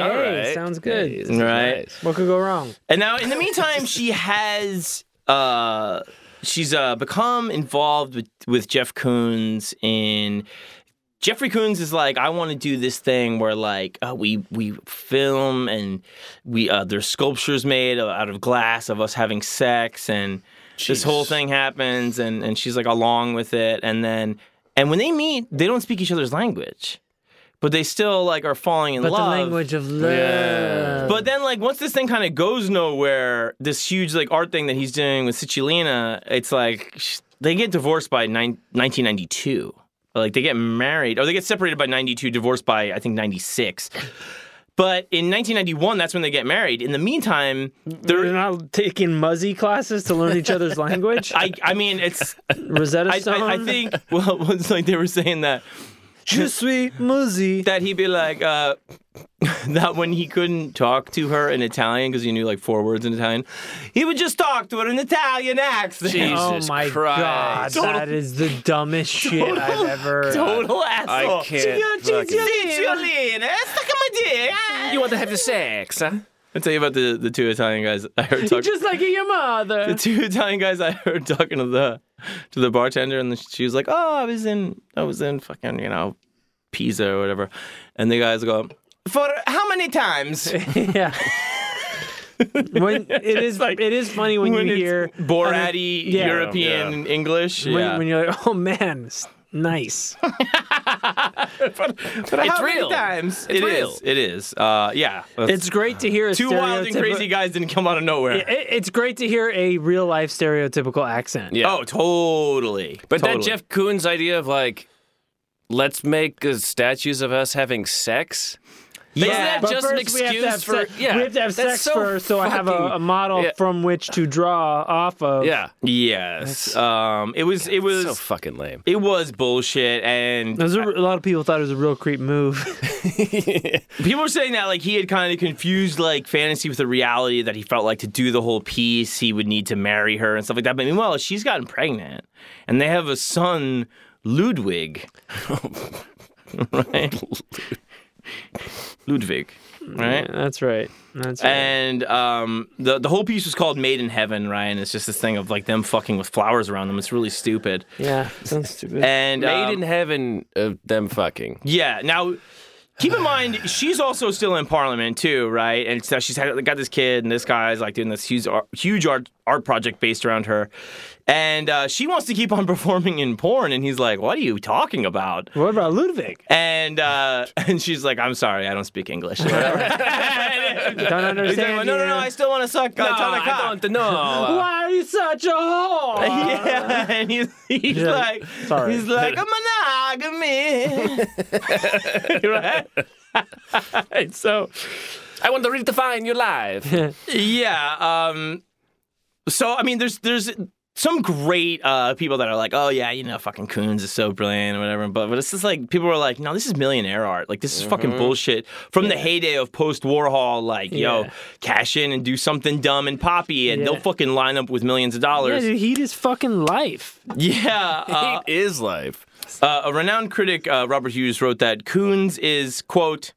S4: Okay,
S5: all
S4: hey,
S5: right.
S4: sounds good.
S5: Hey, this is
S3: right?
S5: nice.
S4: What could go wrong?
S3: And now, in the meantime, she has uh, she's uh, become involved with, with Jeff Koons in. Jeffrey Koons is like, I want to do this thing where like uh, we we film and we uh, there's sculptures made out of glass of us having sex and this whole thing happens and and she's like along with it and then and when they meet they don't speak each other's language, but they still like are falling in
S4: But
S3: love.
S4: the language of love. Yeah.
S3: But then, like, once this thing kind of goes nowhere, this huge like art thing that he's doing with Sicilina, it's like sh- they get divorced by nine- 1992. Like they get married, or they get separated by 92, divorced by I think 96. But in 1991, that's when they get married. In the meantime,
S4: They're
S3: they're.
S4: not taking Muzzy classes to learn
S3: (laughs)
S4: each other's language.
S3: I, I mean, it's.
S4: Rosetta
S3: I,
S4: Stone.
S3: I, I think. Well, (laughs) it's like they were saying that
S4: Je suis Muzzy.
S3: that he'd be like uh, (laughs) that when he couldn't talk to her in Italian because he knew like four words in Italian, he would just talk to her in Italian accent.
S4: Oh
S5: Jesus
S4: my
S5: Christ.
S4: god,
S5: Total-
S4: that is the dumbest shit I've ever.
S3: (laughs) Total asshole.
S5: I can't fucking-
S3: Cicciolina, suck on my dick. Ah.
S5: You want to have the sex, huh?
S3: I'll tell you about the, the two Italian guys I heard talking.
S4: Just like your
S3: the
S4: mother.
S3: two Italian guys I heard talking to the to the bartender, and she was like, "Oh, I was in, I was in fucking, you know, Pisa or whatever," and the guys go, "For how many times?"
S4: yeah. when it is
S3: like-
S4: it is funny when, you
S3: it's
S4: hear
S3: Borat-y
S4: yeah.
S3: European English.
S4: when,
S3: yeah.
S4: when you're like, oh man, s- nice.
S3: but
S5: It's real.
S3: times?
S5: It's
S3: It
S5: real.
S3: is. It is. Uh, yeah.
S4: It's great to hear a
S3: two wild and
S4: stereotypi-
S3: crazy guys didn't come out of nowhere.
S4: It- it's great to hear a real life stereotypical accent.
S5: Yeah.
S3: Oh, totally.
S5: But
S3: totally.
S5: that Jeff Koons idea of like, let's make uh, statues of us having sex.
S3: yeah.
S5: Isn't that
S4: But
S5: just an
S4: first we have to
S5: excuse
S4: have
S5: for-
S4: sex,
S5: yeah,
S4: we have to have
S5: that's
S4: sex
S5: so
S4: first, so I have a,
S5: fucking-
S4: a model
S5: yeah.
S4: from which to draw off of.
S5: Yeah.
S3: yes. Um, it was. It was.
S5: so fucking lame.
S3: it was bullshit, and
S4: There's a, a lot of people thought it was a real creep move. (laughs)
S3: people were saying that like he had kind of confused like fantasy with the reality that he felt like to do the whole piece he would need to marry her and stuff like that. But meanwhile, she's gotten pregnant, and they have a son, Ludwig, (laughs) right? Ludwig, right?
S4: That's right. That's right.
S3: And um, the the whole piece was called Made in Heaven, right? And it's just this thing of like them fucking with flowers around them. It's really stupid.
S4: yeah, sounds stupid.
S3: And
S5: Made
S3: um,
S5: in heaven of them fucking.
S3: yeah. Now, keep in mind, she's also still in Parliament too, right? And so she's had, got this kid, and this guy's like doing this huge art, huge art art project based around her, and uh, she wants to keep on (laughs) performing in porn, and he's like, "What are you talking about?"
S4: what about Ludwig?
S3: And uh, and she's like, "I'm sorry, I don't speak English." (laughs)
S4: Don't
S3: He's
S4: understand.
S3: like, no, no,
S4: you.
S3: no! I still want to suck a ton of cock. (laughs)
S5: know.
S4: Why are you such a whore?
S3: yeah, and he's, he's
S4: Yeah,
S3: like,
S4: sorry.
S3: he's like a
S4: (laughs)
S3: monogamy, right? And so
S5: I want to redefine your life.
S3: yeah, um, so I mean, there's there's some great uh, people that are like, oh yeah, you know, fucking Coons is so brilliant or whatever. But but it's just like people are like, no, this is millionaire art. Like this is fucking
S4: Mm-hmm.
S3: bullshit from the heyday of post Warhol. Like yo,
S4: Yeah.
S3: cash in and do something dumb and poppy, and
S4: Yeah.
S3: they'll fucking line up with millions of
S4: Yeah,
S3: dollars.
S4: dude, heat is fucking life.
S3: (laughs)
S4: (laughs)
S3: Yeah, uh,
S5: Hate is life.
S3: uh, a renowned critic, uh, Robert Hughes, wrote that Coons is quote.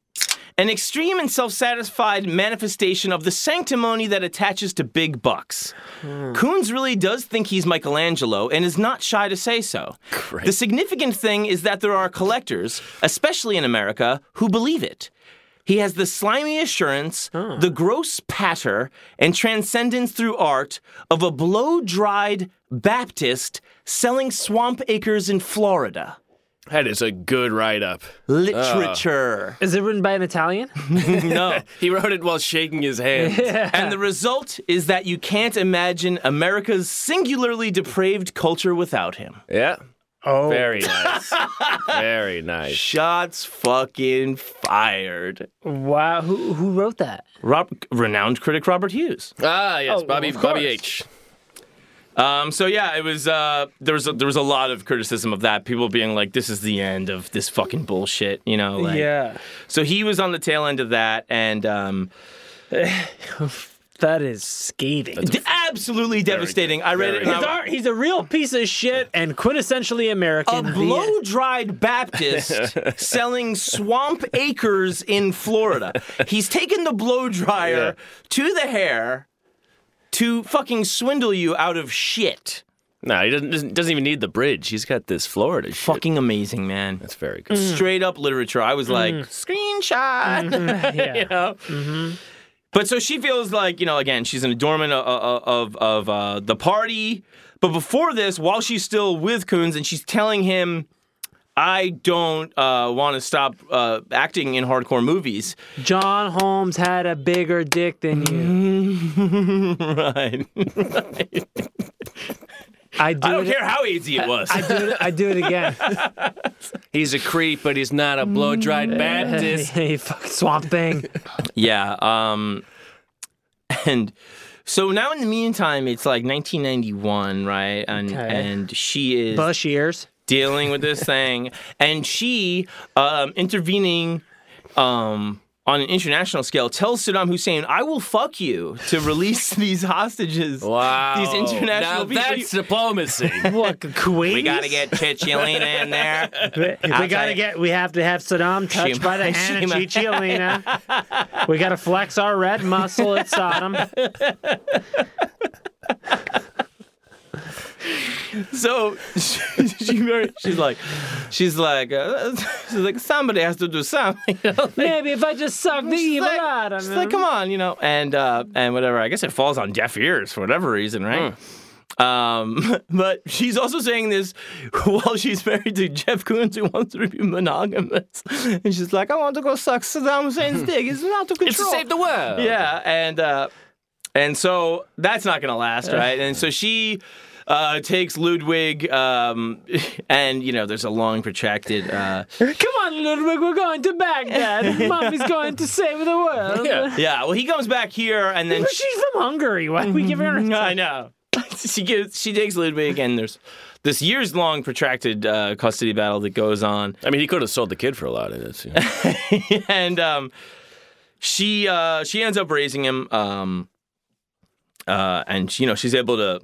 S3: An extreme and self-satisfied manifestation of the sanctimony that attaches to big bucks. Coons really does think he's Michelangelo and is not shy to say so.
S5: Great.
S3: The significant thing is that there are collectors, especially in America, who believe it. He has the slimy assurance, the gross patter, and transcendence through art of a blow dried Baptist selling swamp acres in Florida.
S5: That is a good write up.
S3: Literature.
S4: Is it written by an Italian?
S3: No.
S5: He wrote it while shaking his (laughs) hand.
S3: And the result is that you can't imagine America's singularly depraved culture without him.
S5: Yeah.
S4: Oh,
S5: Very nice. Very nice.
S3: Shots fucking fired.
S4: wow. Who who wrote that?
S3: Rob, renowned critic Robert Hughes.
S5: Ah, yes,
S4: Oh,
S5: Bobby
S4: of
S5: Bobby
S4: course.
S5: H.
S3: Um, so yeah, it was uh, there was a, there was a lot of criticism of that. People being like, "This is the end of this fucking bullshit," you know. Like, So he was on the tail end of that, and um,
S4: that is scathing.
S3: d- absolutely devastating. I read it. And
S5: very
S4: He's,
S3: I,
S4: ar- he's a real piece of shit and quintessentially
S3: a
S4: American. The-
S3: blow-dried Baptist selling swamp acres in Florida. He's taken the blow dryer to the hair to fucking swindle you out of shit.
S5: No, he doesn't, doesn't doesn't even need the bridge. He's got this Florida shit.
S3: Fucking amazing, man.
S5: That's very good.
S3: straight up literature. I was like, screenshot. you know? But so she feels like, you know, again, she's an adornment of, of, of uh, the party. But before this, while she's still with Coons and she's telling him, I don't uh, want to stop uh, acting in hardcore
S4: (laughs)
S3: movies.
S4: John Holmes had a bigger dick than
S3: Mm-hmm.
S4: you.
S3: right.
S4: I do.
S3: I don't
S4: it,
S3: care how easy it was.
S4: I do it. I do it again.
S5: He's a creep, but he's not a blow dried (laughs)
S4: (laughs)
S5: Baptist.
S4: hey, fuck
S3: (laughs)
S4: Swamp Thing.
S3: (laughs) Yeah. Um, and so now in the meantime, it's like 1991, right? And,
S4: Okay.
S3: and she is.
S4: Bush ears.
S3: dealing with this thing, and she um, intervening um, on an international scale tells Saddam Hussein, "I will fuck you to release (laughs) these hostages."
S5: Wow.
S3: These international
S5: now
S3: people-
S5: That's diplomacy.
S4: What
S3: (laughs)
S4: Kuwait?
S3: We gotta get Chichilina in there.
S4: We, we
S3: I'll tell
S4: gotta
S3: you.
S4: get. We have to have Saddam touched by the
S3: might- she
S4: hand of
S3: might-
S4: Chichilina. we gotta flex our red muscle at Sodom.
S3: (laughs) So (laughs) she, she very- she's like, she's like, uh, (laughs) she's like, somebody has to do something. You know?
S4: (laughs) Maybe if I just suck the
S3: She's
S4: evil
S3: like-
S4: out of
S3: she's
S4: him.
S3: like, come on, you know, and uh, and whatever. I guess it falls on deaf ears for whatever reason, right?
S5: Hmm.
S3: Um, (laughs) but she's also saying this (laughs) while she's married to Jeff Koons, who wants to be monogamous, and she's like, I want to go suck Saddam
S5: (laughs)
S3: Hussein's dick. It's not to control.
S5: (laughs) it's to save the world.
S3: Yeah, and uh, and so that's not gonna last, right? And so she uh, takes Ludwig, um, (laughs) and you know, there's a long protracted. Uh,
S4: Come on, Ludwig, we're going to (laughs) Baghdad. Mummy's going to save the world.
S5: Yeah.
S3: yeah, well, he comes back here, and
S5: (laughs)
S3: then
S4: But she's from Hungary. Why we give her?
S3: (laughs) I know. she gives. She takes Ludwig, and there's this years-long protracted uh, custody battle that goes
S4: (laughs)
S3: on,
S5: I mean, he could have sold the kid for a lot of this. (laughs) you know.
S3: and um, she uh, she ends up raising him, um, uh, and you know she's able to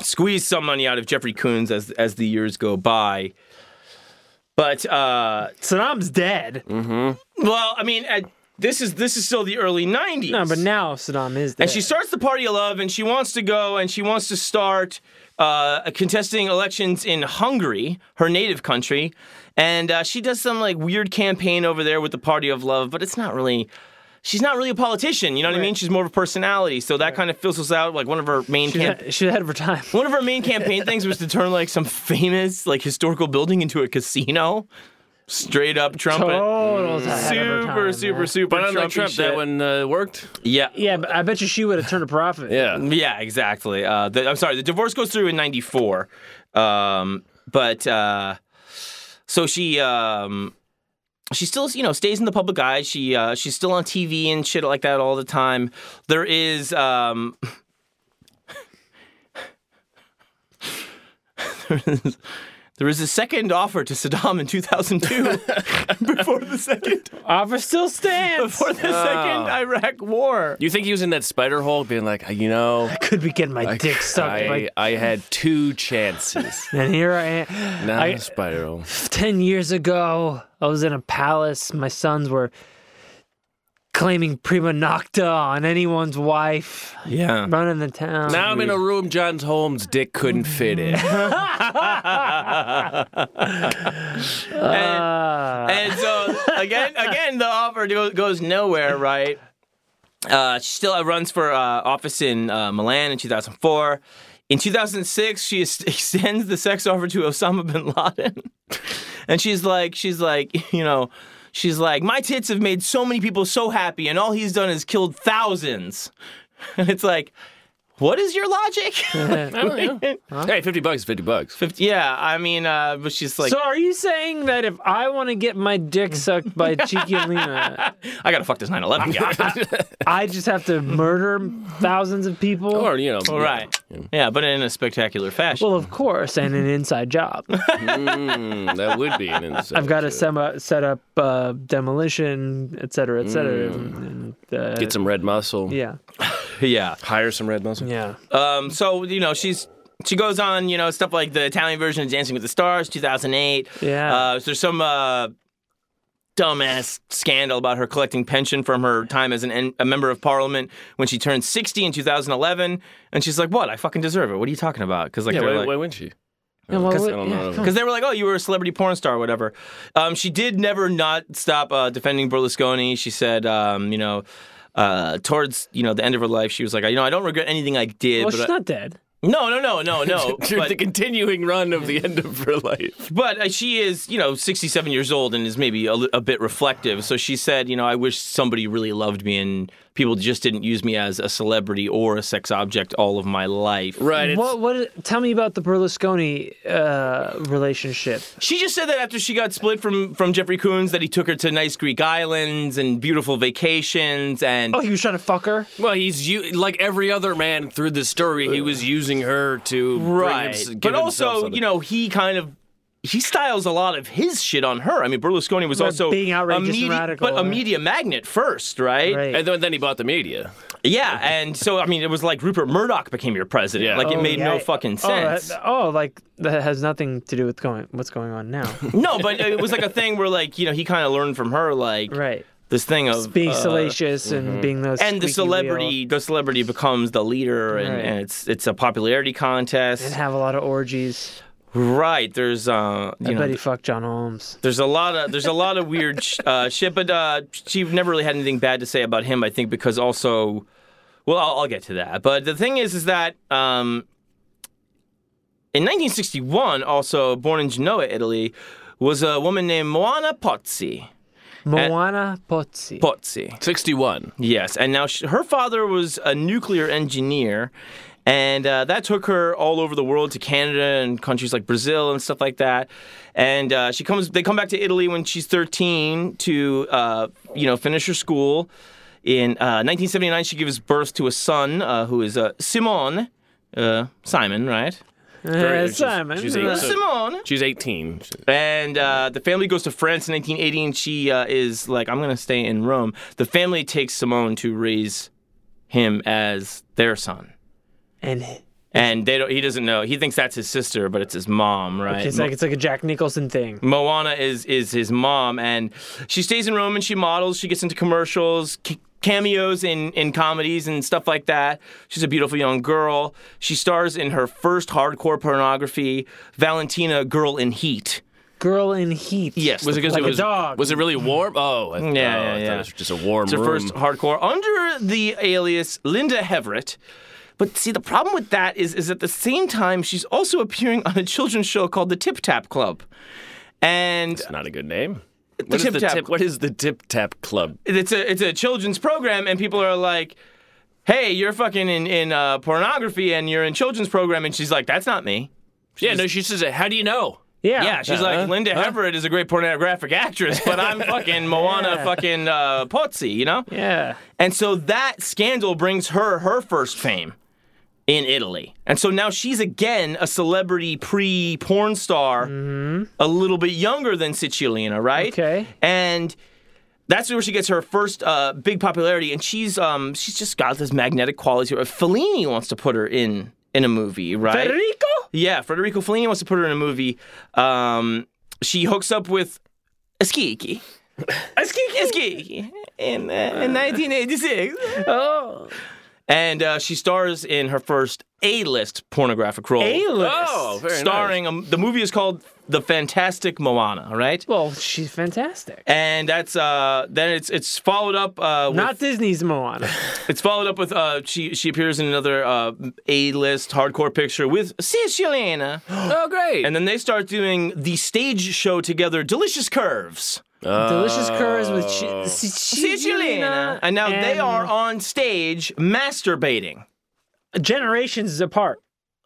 S3: squeeze some money out of Jeffrey Coons as as the years go by. But uh,
S4: Saddam's dead.
S3: well, I mean, at, this is this is still the early '90s.
S4: No, but now Saddam is dead.
S3: And she starts the party of love, and she wants to go, and she wants to start uh, contesting elections in Hungary, her native country. And uh, she does some like weird campaign over there with the party of love, but it's not really. She's not really a politician, you know what I mean? She's more of a personality, so that kind of fills us out. Like one of her main
S4: She's
S3: camp-
S4: ahead- she's ahead of her (laughs) time.
S3: (laughs) one of her main campaign things was to turn like some famous like historical building into a casino. Straight up Trump. it.
S4: Total ahead of
S3: Super,
S4: her time,
S3: super,
S4: man.
S3: super.
S5: But unlike
S3: Trumpy
S5: Trump,
S3: shit.
S5: that one uh, worked.
S3: Yeah.
S4: Yeah, but I bet you she would have turned a profit.
S5: Yeah.
S3: Yeah, exactly. Uh, the, I'm sorry, the divorce goes through in '94, um, but uh, so she um, she still you know stays in the public eye. She uh, she's still on TV and shit like that all the time. There is um, (laughs) there was a second offer to Saddam in 2002 (laughs) before the second
S4: Offer still stands.
S3: before the second Iraq war.
S5: You think he was in that spider hole, being like, you know,
S4: Could be getting (laughs) my
S5: I,
S4: dick sucked.
S5: I,
S4: by,
S5: I had two
S4: (laughs)
S5: chances.
S4: and here I am.
S5: Now
S4: I-
S5: I'm a spider hole.
S4: 10 years ago, I was in a palace. My sons were claiming prima nocta on anyone's wife,
S3: Yeah.
S4: running the town.
S5: Now I'm in a room John Holmes' dick couldn't fit
S4: (laughs)
S5: in.
S3: And,
S4: Uh,
S3: and so again, again, the offer go- goes nowhere, right? Uh, she still runs for uh, office in uh, Milan in 2004. In 2006, she ex- (laughs) extends the sex offer to Osama bin Laden, (laughs) and she's like, she's like, (laughs) you know, she's like, my tits have made so many people so happy, and all he's done is killed thousands. (laughs) And it's like, what is your logic? (laughs)
S5: Hey, 50 bucks is 50 bucks. (laughs)
S3: yeah, I mean, uh, but she's like,
S4: so are you saying that if I want to get my dick sucked
S5: (laughs)
S4: by Chiquilina,
S3: I gotta fuck this 9/11 guy.
S4: I just have to murder thousands of people?
S5: Or, you know,
S3: All right. Yeah, but in a spectacular fashion.
S4: well, of course, and an inside job.
S5: mm, (laughs) that would be an inside
S4: I've got to
S5: (laughs) joke.
S4: sem- set up uh, demolition, et cetera, et cetera.
S5: Mm.
S4: and, uh,
S5: Get some red muscle.
S4: yeah,
S3: yeah.
S5: Hire some red muscle.
S4: yeah.
S3: Um, so you know she's she goes on you know stuff like the Italian version of Dancing with the Stars, 2008.
S4: Yeah.
S3: Uh, so there's some uh, dumbass scandal about her collecting pension from her time as an en- a member of Parliament when she turned 60 in 2011, and she's like, "What? I fucking deserve it. What are you talking about?" Because like
S5: Yeah,
S3: they're
S5: why,
S3: like-
S5: why wouldn't she?
S4: Yeah, well,
S5: Because I
S4: wait,
S5: don't
S4: yeah,
S5: know. (laughs)
S4: come on.
S3: because they were like, "Oh, you were a celebrity porn star, or whatever." Um, she did never not stop uh, defending Berlusconi. She said, um, you know, uh, towards you know the end of her life, she was like, "You know, I don't regret anything I did."
S4: Well,
S3: but
S4: she's
S3: I-
S4: not dead.
S3: no, no, no, no,
S4: (laughs)
S3: no.
S5: You're Oh, the
S3: but
S5: continuing run of the end of her life.
S3: but uh, she is, you know, 67 years old and is maybe a, li- a bit reflective. So she said, you know, I wish somebody really loved me and people just didn't use me as a celebrity or a sex object all of my life.
S5: Right. it's-
S4: What? What? Tell me about the Berlusconi uh, relationship.
S3: She just said that after she got split from from Jeffrey Coons, that he took her to nice Greek islands and beautiful vacations and.
S4: Oh, he was trying to fuck her.
S5: Well, he's u- like every other man through the story. He was using her to bring
S3: right.
S5: hims- give
S3: but
S5: himself
S3: also,
S5: something.
S3: you know, he kind of he styles a lot of his shit on her. I mean, Berlusconi was
S4: Right,
S3: also
S4: being outrageous
S3: a
S4: and
S3: media,
S4: radical,
S3: but a
S4: right.
S3: media magnet first, right?
S4: Right.
S5: And then, then he bought the media.
S3: Yeah, and so I mean, it was like Rupert Murdoch became your president.
S5: Yeah.
S3: Like it
S4: Oh,
S3: made
S4: yeah.
S3: no fucking
S4: Oh, that-
S3: sense.
S4: oh, like that has nothing to do with going. What's going
S3: (laughs)
S4: on now?
S3: no, but it was like a thing where like you know he kind of learned from her like
S4: right.
S3: this thing of
S4: Being
S3: uh,
S4: salacious and being those.
S3: and the
S4: squeaky
S3: celebrity
S4: wheel
S3: the celebrity becomes the leader and,
S4: Right.
S3: and it's it's a popularity contest
S4: and have a lot of orgies.
S3: right there's uh you
S4: I
S3: know
S4: bet he fucked John Holmes.
S3: there's a lot of there's a lot of weird sh- uh, shit, but uh, she never really had anything bad to say about him. I think because also, well, I'll, I'll get to that. But the thing is, is that um, in 1961, also born in Genoa, Italy, was a woman named Moana Pozzi.
S4: Moana Pozzi. (laughs)
S3: Pozzi,
S5: Sixty-one.
S3: yes. And now she, her father was a nuclear engineer. And uh, that took her all over the world to Canada and countries like Brazil and stuff like that. And uh, she comes, they come back to Italy when she's 13 to, uh, you know, finish her school. In uh, 1979, she gives birth to a son uh, who is uh, Simon, uh, Simon, right?
S4: Uh,
S5: she's-
S4: Simon.
S5: she's eight.
S4: uh,
S5: So-
S3: Simon.
S5: She's eighteen.
S3: And uh, the family goes to France in 1980, and she uh, is like, I'm going to stay in Rome. The family takes Simone to raise him as their son.
S4: (laughs) and
S3: And they don't, he doesn't know. He thinks that's his sister, but it's his mom, right?
S4: it's
S3: Mo-
S4: like it's like a Jack Nicholson thing.
S3: Moana is is his mom, and she stays in Rome and she models. She gets into commercials, ca- cameos in in comedies and stuff like that. She's a beautiful young girl. She stars in her first hardcore pornography, Valentina, Girl in Heat.
S4: Girl in heat.
S3: Yes,
S5: Was it because
S4: Like
S5: it
S4: a
S5: was
S4: dog.
S5: was it really warm? Oh, I, oh,
S3: yeah,
S5: I thought
S3: yeah.
S5: it was just a warm
S3: It's her
S5: room.
S3: first hardcore under the alias Linda Heverett. But see, the problem with that is, is at the same time she's also appearing on a children's show called The Tip Tap Club, and
S5: It's not a good name. What is
S3: Tip
S5: the
S3: Tap.
S5: tip? What is the tip tap club?
S3: it's a it's a children's program, and people are like, "Hey, you're fucking in in uh, pornography, and you're in children's program," and she's like, "That's not me."
S5: yeah, no, she says, "How do you know?"
S4: Yeah.
S3: Yeah, she's
S4: Uh-huh.
S3: like Linda Everett is a great pornographic actress, but I'm fucking Moana
S4: Yeah.
S3: fucking uh, Pozzi, you know.
S4: Yeah.
S3: And so that scandal brings her her first fame. in Italy. And so now she's again a celebrity pre porn star, a little bit younger than Sicilina, right?
S4: Okay.
S3: And that's where she gets her first uh, big popularity, and she's um she's just got this magnetic quality. to her. Fellini wants to put her in in a movie, right?
S4: Federico?
S3: Yeah, Federico Fellini wants to put her in a movie. Um, she hooks up with Askiki. Askiki, Askiki, in uh, in 1986.
S4: Oh.
S3: And uh, she stars in her first A-list pornographic role.
S4: A-list.
S5: Oh, very
S3: starring um, the movie is called The Fantastic Moana, all right?
S4: Well, she's fantastic.
S3: And that's uh, then it's it's followed up uh, with,
S4: Not
S3: (laughs)
S4: Disney's Moana.
S3: it's followed up with uh, she she appears in another uh, A-list hardcore picture with Siciliana,
S5: Nice. Oh, great.
S3: and then they start doing the stage show together, Delicious Curves.
S4: Delicious curves with chi- Siciliana.
S3: and now they are on stage masturbating.
S4: generations apart.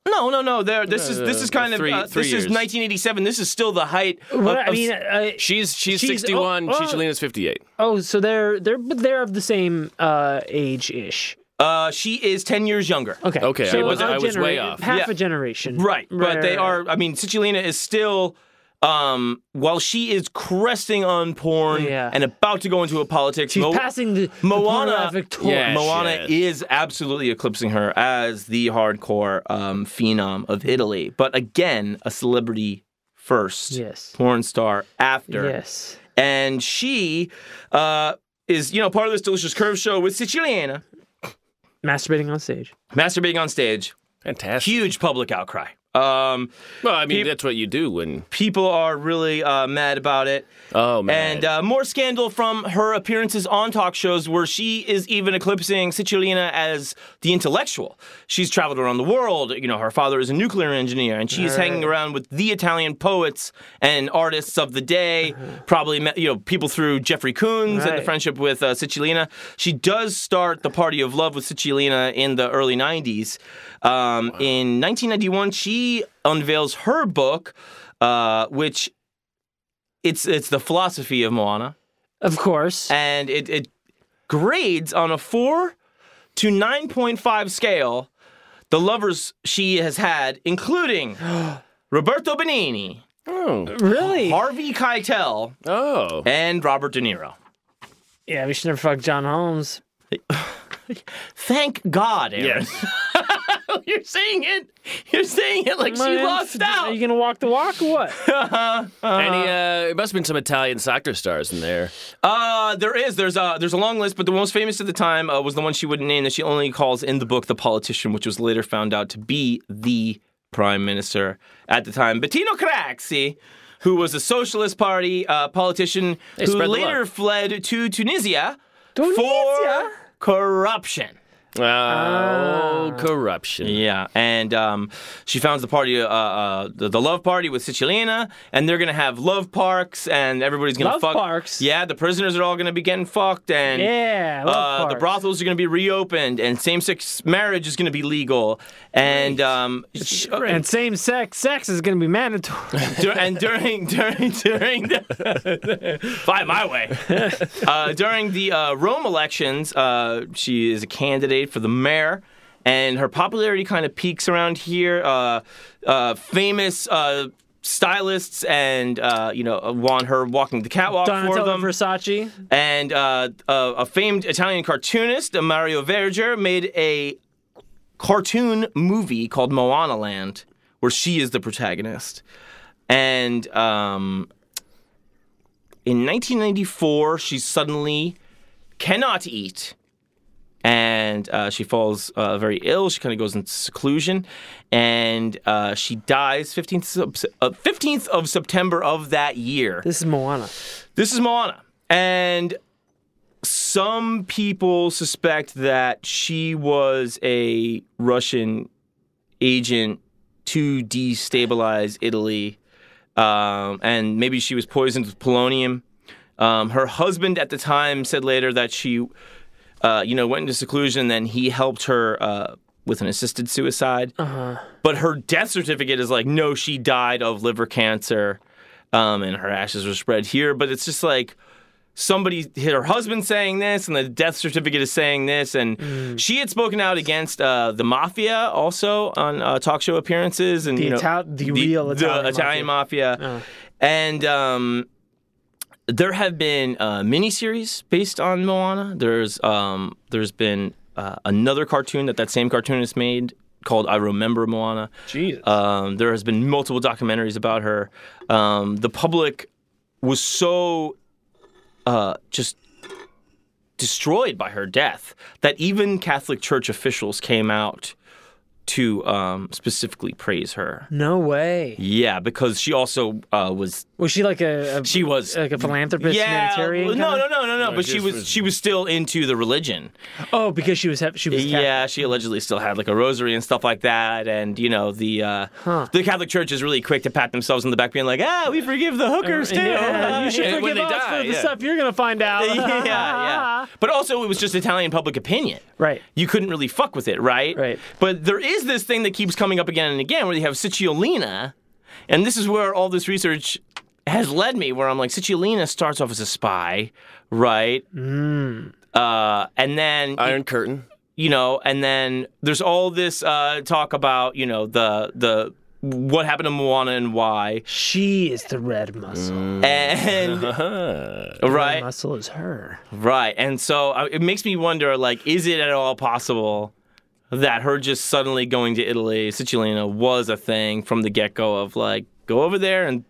S3: No, no, no. There, this is this is kind of
S5: Three-
S3: uh,
S5: three
S3: this
S5: years.
S3: is 1987. This is still the height. Of,
S4: What I
S3: of-
S4: mean, uh,
S5: she's she's
S4: She's- oh,
S5: 61.
S4: oh.
S5: Chicholina's 58.
S4: oh, so they're they're but they're of the same uh, age ish.
S3: uh, she is 10 years younger.
S4: Okay.
S5: Okay, I
S4: So
S5: was-
S4: a
S5: I was way
S4: genera-
S5: off.
S4: Half
S3: Yeah.
S4: a generation.
S3: Right, but they are. I mean, Sicilina is still. Um, while she is cresting on porn
S4: Yeah.
S3: and about to go into a politics,
S4: She's
S3: Mo-
S4: passing the
S3: Moana,
S4: Victoria.
S5: Yeah,
S3: Moana
S5: she
S3: is absolutely eclipsing her as the hardcore um, phenom of Italy. But again, a celebrity first,
S4: Yes.
S3: porn star after,
S4: Yes.
S3: and she uh, is you know part of this delicious curve show with Siciliana
S4: Masturbating on stage.
S3: masturbating on stage.
S5: Fantastic.
S3: Huge public outcry. Um,
S5: well, I mean, that's what you do when.
S3: people are really uh, mad about it.
S5: Oh man.
S3: And uh, more scandal from her appearances on talk shows, where she is even eclipsing Cicilina as the intellectual. She's traveled around the world. You know, her father is a nuclear engineer, and she's hanging around with the Italian poets and artists of the day.
S5: Uh-huh.
S3: Probably met, you know people through Jeffrey Koons and the
S4: Right.
S3: friendship with uh, Sicilina. She does start the party of love with Sicilina in the early '90s. Um, In 1991, she unveils her book. Uh, which it's it's the philosophy of Moana,
S4: Of course.
S3: and it, it grades on a four to nine point five scale the lovers she has had, including Roberto Benigni,
S5: oh.
S4: really?
S3: Harvey Keitel,
S5: Oh.
S3: and Robert De Niro.
S4: Yeah, we should never fuck John Holmes.
S3: Thank God, Aaron. You're saying it. You're saying it like she
S4: Man,
S3: lost
S4: Are
S3: out.
S4: you gonna walk the walk or what?
S3: (laughs)
S5: Any? Uh, it must have been some Italian soccer stars in there.
S3: Uh, there is. There's a there's a long list, but the most famous at the time uh, was the one she wouldn't name that she only calls in the book the politician, which was later found out to be the prime minister at the time, Bettino Craxi, who was a socialist party uh, politician who
S5: spread the
S3: later
S5: love.
S3: fled to Tunisia,
S4: Tunisia?
S3: for corruption.
S5: Oh, corruption.
S3: Yeah, and um, she founds the party, uh, uh, the, the love party with Sicilina, and they're gonna have love parks, and everybody's gonna
S4: Love
S3: fuck.
S4: parks?
S3: Yeah, the prisoners are all gonna be getting fucked, and
S4: Yeah, love
S3: uh, the
S4: parks.
S3: brothels are gonna be reopened, and same-sex marriage is gonna be legal, and um, sh-
S4: and same sex sex is gonna be mandatory.
S3: dur- and during (laughs) during during the, (laughs) by my way uh, during the uh, Rome elections, uh, she is a candidate for the mayor. And her popularity kind of peaks around here. Uh, uh, famous uh, stylists and uh, you know want her walking the catwalk for
S4: Donatello
S3: them.
S4: Versace.
S3: And uh, a, a famed Italian cartoonist, uh, Mario Verger, made a cartoon movie called Moana Land, where she is the protagonist. And um, in 1994, she suddenly cannot eat. And uh, she falls uh, very ill. She kind of goes into seclusion, and uh, she dies 15th of, Sep- uh, 15th of September of that year.
S4: This is Moana.
S3: This is Moana. And some people suspect that she was a Russian agent to destabilize Italy. Um, and maybe she was poisoned with polonium. Um, her husband at the time said later that she, uh, you know, went into seclusion. Then he helped her uh, with an assisted suicide. But her death certificate is like, no, she died of liver cancer, um, and her ashes were spread here. But it's just like somebody, her husband saying this, and the death certificate is saying this. And
S4: Mm.
S3: she had spoken out against uh, the mafia also on uh, talk show appearances. And
S4: The
S3: you know,
S4: Ital- the real Italian Uh.
S3: mafia. And um, there have been uh, miniseries based on Moana. There's um, there's been uh, another cartoon that that same cartoonist made called I Remember Moana.
S4: Jesus.
S3: Um, there has been multiple documentaries about her. Um, the public was so uh, just destroyed by her death that even Catholic Church officials came out to um, specifically praise her.
S4: no way.
S3: Yeah, because she also uh, was
S4: Was she like a, a
S3: she was
S4: like a philanthropist,
S3: yeah,
S4: humanitarian?
S3: No, no,
S4: kinda?
S3: no, no, no. But she
S5: just
S3: was,
S5: was-
S3: she was still into the religion.
S4: Oh, because she was hep- she was Catholic.
S3: Yeah, she allegedly still had like a rosary and stuff like that. And you know the uh, the Catholic Church is really quick to pat themselves on the back, being like, ah, we forgive the hookers too.
S4: Oh,
S3: (laughs)
S4: Yeah, you should
S3: Yeah.
S5: when
S4: forgive
S5: they
S4: us
S5: die,
S4: for the
S5: yeah.
S4: stuff you're gonna find out.
S3: (laughs) yeah,
S4: (laughs)
S3: yeah. But also, it was just Italian public opinion.
S4: Right.
S3: You couldn't really fuck with it, right?
S4: Right.
S3: But there is this thing that keeps coming up again and again where you have Cicciolina, and this is where all this research has led me, where I'm like, Cicciolina starts off as a spy, right?
S4: Mm.
S3: Uh, and then
S5: Iron Curtain.
S3: you know, and then there's all this uh, talk about you know the the what happened to Moana and why,
S4: She is the red muscle.
S3: and
S4: Red
S3: (laughs) right,
S4: muscle is her.
S3: Right. And so uh, it makes me wonder like, is it at all possible that her just suddenly going to Italy, Sicilina, was a thing from the get go of like, go over there and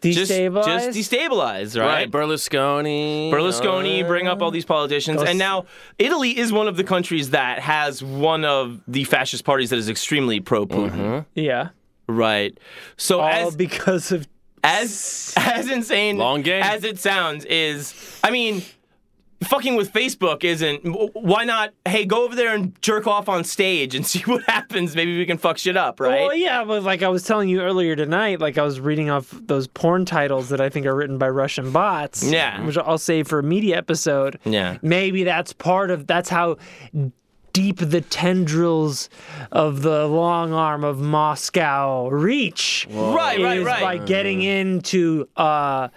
S3: just,
S4: Destabilize.
S3: just destabilize,
S5: Right,
S3: right?
S5: Berlusconi.
S3: Berlusconi, bring up all these politicians. And now Italy is one of the countries that has one of the fascist parties that is extremely pro Putin,
S4: yeah.
S3: right? So
S4: All
S3: as,
S4: because of
S3: as (laughs) as insane
S5: Long game.
S3: as it sounds is i mean fucking with facebook isn't w- why not hey go over there and jerk off on stage and (laughs) see what happens maybe we can fuck shit up right
S4: Well, yeah, but like I was telling you earlier tonight, like I was reading off those porn titles that I think are written by Russian bots.
S3: Yeah.
S4: Which I'll save for a media episode.
S3: Yeah.
S4: Maybe that's part of that's how deep the tendrils of the long arm of Moscow reach.
S3: Right, right,
S4: is
S3: right. Mm.
S4: By getting into uh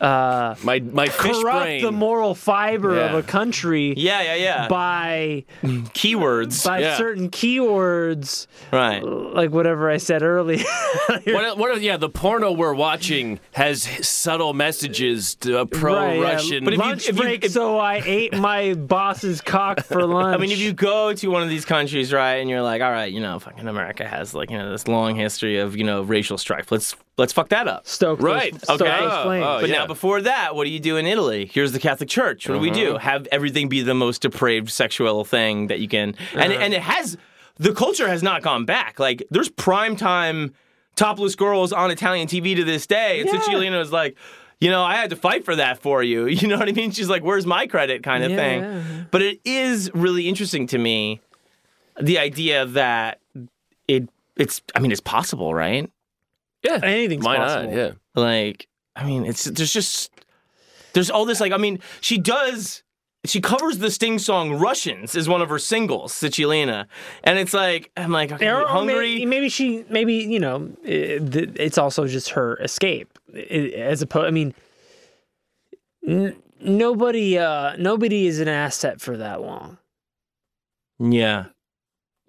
S4: uh
S5: My my fish
S4: corrupt
S5: brain.
S4: the moral fiber of
S5: Yeah.
S4: a country
S3: yeah yeah yeah
S4: by
S3: keywords
S4: by
S5: Yeah.
S4: certain keywords
S3: right
S4: like whatever I said earlier. (laughs)
S5: what, are- what are, yeah, the porno we're watching has subtle messages to a
S4: Right, yeah.
S5: pro-Russian.
S3: But if you-
S4: lunch break,
S3: if-
S4: so I ate my boss's cock (laughs) for lunch.
S3: I mean, if you go to one of these countries, right, and you're like, all right, you know, fucking America has like, you know, this long history of, you know, racial strife. Let's let's fuck that up.
S4: stoke those-
S5: Right,
S4: stoke
S5: okay.
S4: those
S5: Oh,
S4: flames.
S5: oh,
S3: But
S5: yeah.
S3: now, before that, what do you do in Italy? Here's the Catholic Church. What do we do? Have everything be the most depraved sexual thing that you can. And and it has the culture has not gone back. Like there's prime time topless girls on Italian TV to this day. And
S4: Yeah.
S3: Siciliano is like, you know, I had to fight for that for you. (laughs) You know what I mean? She's like, where's my credit, kind of
S4: Yeah,
S3: thing.
S4: yeah.
S3: But it is really interesting to me the idea that it it's. I mean, it's possible, right?
S5: yeah,
S4: anything's
S5: why
S4: possible.
S5: not? Yeah,
S3: Like, I mean, it's there's just there's all this like I mean, she does she covers the Sting song "Russians" is one of her singles, Sicilina, and it's like I'm like okay,
S4: Or- or
S3: hungry.
S4: Maybe, maybe she, maybe you know, it, th- it's also just her escape, i- as opposed. I mean, n- nobody, uh, nobody is an asset for that long.
S3: Yeah,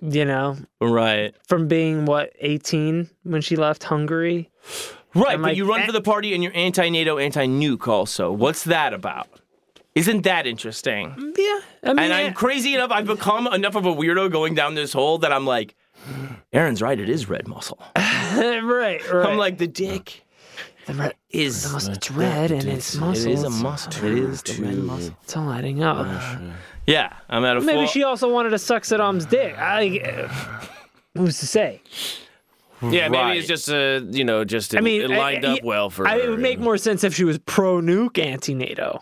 S4: You know,
S3: right,
S4: from being what eighteen when she left Hungary.
S3: right.
S4: I'm
S3: but
S4: like,
S3: you run
S4: eh.
S3: for the party and you're anti-NATO, anti-nuke. Also, what's that about? Isn't that interesting?
S4: Yeah, I mean,
S3: And I'm crazy enough. I've become enough of a weirdo going down this hole that I'm like, Aaron's right. It is red muscle.
S4: (laughs) right, right.
S3: I'm like the dick.
S4: The red is the muscle. It's red and it's muscle.
S3: It is a muscle. It is Uh, the red muscle.
S4: It's all adding up.
S3: Yeah, I'm at a
S4: Maybe
S3: full-
S4: she also wanted to suck Saddam's dick. I, uh, who's to say?
S5: yeah.
S3: Right.
S5: Maybe it's just uh, you know, just it,
S4: I mean,
S5: it lined
S4: I- I-
S5: up well for.
S4: I, it
S5: her.
S4: would make more sense if she was pro nuke, anti NATO.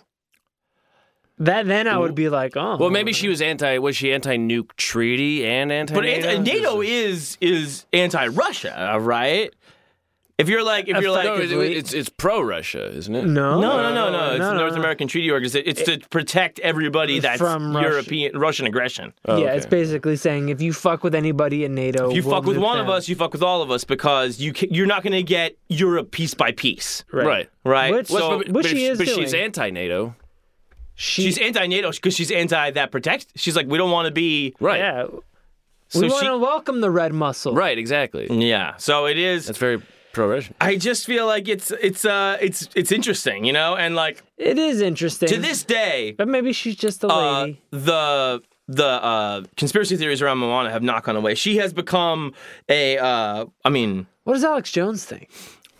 S4: That then I would be like, oh,
S5: Well, maybe she was anti. Was she anti-nuke treaty and anti?
S3: But anti- NATO is is anti-Russia, right? If you're like, if you're like,
S5: No,
S3: no,
S5: it- "Oh, it's it's pro-Russia, isn't it?
S4: no,
S3: no, no, no, it's
S4: no,
S3: the
S4: no,
S3: North
S4: no.
S3: American Treaty Organization. It's to protect everybody that's
S4: From Russia.
S3: European Russian aggression.
S4: yeah, it's basically saying if you fuck with anybody in NATO,
S3: you
S4: we'll
S3: fuck with
S4: nuke
S3: one of
S4: them.
S3: us, you fuck with all of us because you can, you're not going to get Europe piece by piece,
S5: Right.
S3: right?
S4: Which-
S3: so
S4: Which she
S5: if-
S4: is
S5: But she's
S4: doing.
S5: anti-NATO.
S4: She,
S3: She's anti-NATO because she's anti that protect. She's like, we don't want to be.
S5: Right.
S4: yeah.
S3: So
S4: we want
S3: she-
S4: to welcome the red muscle.
S5: Right. Exactly.
S4: Mm.
S3: Yeah. So it is.
S5: That's very pro-Russian.
S3: I just feel like it's it's uh it's it's interesting, you know, and like
S4: It is interesting.
S3: to this day,
S4: but maybe she's just a
S3: uh,
S4: lady.
S3: the the uh, conspiracy theories around Moana have not gone away. She has become a, uh, I mean,
S4: what does Alex Jones think?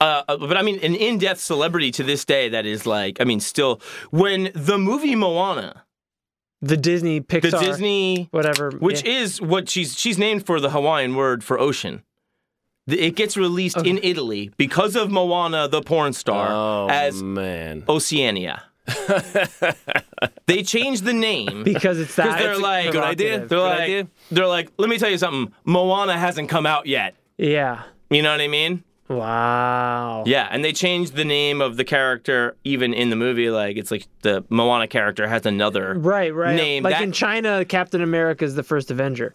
S3: uh, uh, but I mean, an in-depth celebrity to this day that is like, I mean, still when the movie Moana,
S4: The Disney Pixar,
S3: the Disney,
S4: whatever,
S3: which
S4: yeah.
S3: is what she's she's named for the Hawaiian word for ocean. The- It gets released in Italy because of Moana, the porn star,
S5: Oh
S3: as
S5: man.
S4: (laughs)
S3: Oceania. they changed the name
S4: because it's that.
S3: because they're like,
S5: good idea.
S4: provocative.
S3: They're
S5: Good
S3: like,
S5: idea.
S3: they're like, let me tell you something. Moana hasn't come out yet.
S4: Yeah.
S3: You know what I mean?
S4: Wow.
S3: Yeah, and they changed the name of the character even in the movie. Like, it's like the Moana character has another.
S4: Right, right.
S3: Name
S4: like
S3: that-
S4: in China, Captain America is the first Avenger.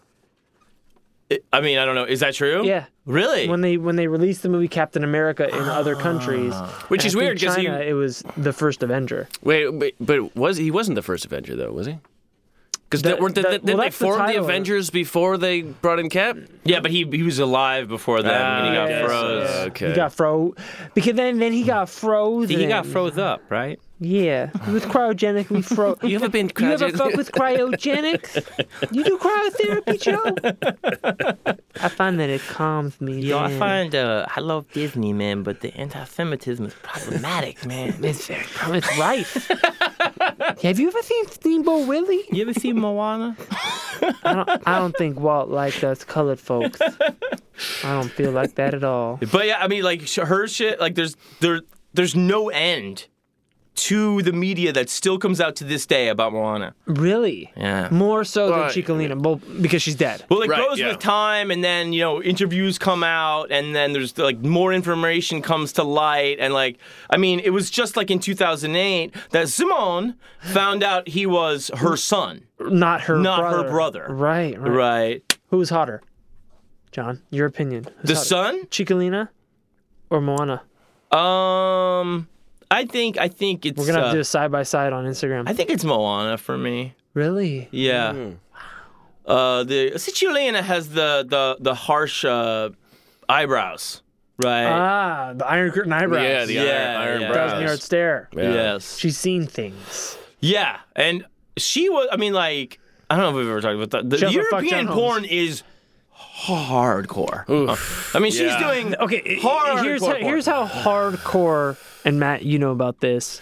S3: I mean, I don't know. Is that true?
S4: Yeah.
S3: Really?
S4: When they when they released the movie Captain America in other countries,
S3: Ah.
S5: Which
S4: and
S5: is
S4: I think
S5: weird 'cause he-
S4: China it was the first Avenger.
S5: Wait, but, but was he wasn't the first Avenger though, was he? Because
S4: The-
S5: did
S4: the- well,
S5: they
S4: that's the
S5: form the,
S4: title.
S5: Avengers before they brought in Cap?
S3: yeah, but he he was alive before then, and he
S5: Ah,
S3: got
S5: yes,
S3: froze.
S5: yes. Okay.
S4: He got fro because then then he got frozen.
S3: He got froze up, right?
S4: Yeah, with cryogenic we froze.
S5: You ever been
S4: (laughs) You ever
S5: crowded?
S4: fuck with cryogenics? You do cryotherapy, Joe? I find that it calms me.
S7: Yo, I
S4: down.
S7: find uh, I love Disney, man, but the anti-Semitism is problematic, man.
S4: it's very it's life. Have you ever seen Steamboat Willie?
S7: You ever see Moana?
S4: I don't, I don't think Walt liked us colored folks. I don't feel like that at all.
S3: But yeah, I mean, like sh- her shit. Like there's there there's no end to the media that still comes out to this day about Moana.
S4: Really?
S3: Yeah.
S4: More so than
S5: Right.
S4: Chicolina, well, because she's dead.
S3: Well, it
S5: Right,
S3: goes
S5: yeah.
S3: with time, and then you know interviews come out, and then there's like more information comes to light, and like I mean, it was just like in 2008 that Simone found out he was her son,
S4: Not her
S3: Not
S4: brother.
S3: her brother.
S4: Right, right.
S3: right?
S4: Who was hotter? John, your opinion. Who's
S3: The
S4: hotter?
S3: son.
S4: Chicolina or Moana?
S3: Um, I think I think it's
S4: We're going to have
S3: uh,
S4: to do a side by side on Instagram.
S3: I think it's Moana for me.
S4: really?
S3: Yeah.
S5: Hmm.
S3: Uh, the Cichulina has the the the harsh uh, eyebrows, right?
S4: Ah, the Iron Curtain eyebrows.
S5: Yeah, the
S3: Yeah,
S5: Iron, iron
S3: yeah.
S4: Thousand Yard
S5: Brows.
S4: Stare.
S5: Yeah.
S3: Yes.
S4: She's seen things.
S3: yeah, and she was. I mean, like I don't know if we've ever talked about that. The
S4: She also fucked
S3: European
S4: John Holmes.
S3: porn is hardcore.
S5: Oof.
S3: I mean, she's
S5: Yeah. (laughs)
S3: doing
S4: Okay,
S3: Hardcore
S4: here's how,
S3: porn.
S4: here's how hardcore, and Matt, you know about this.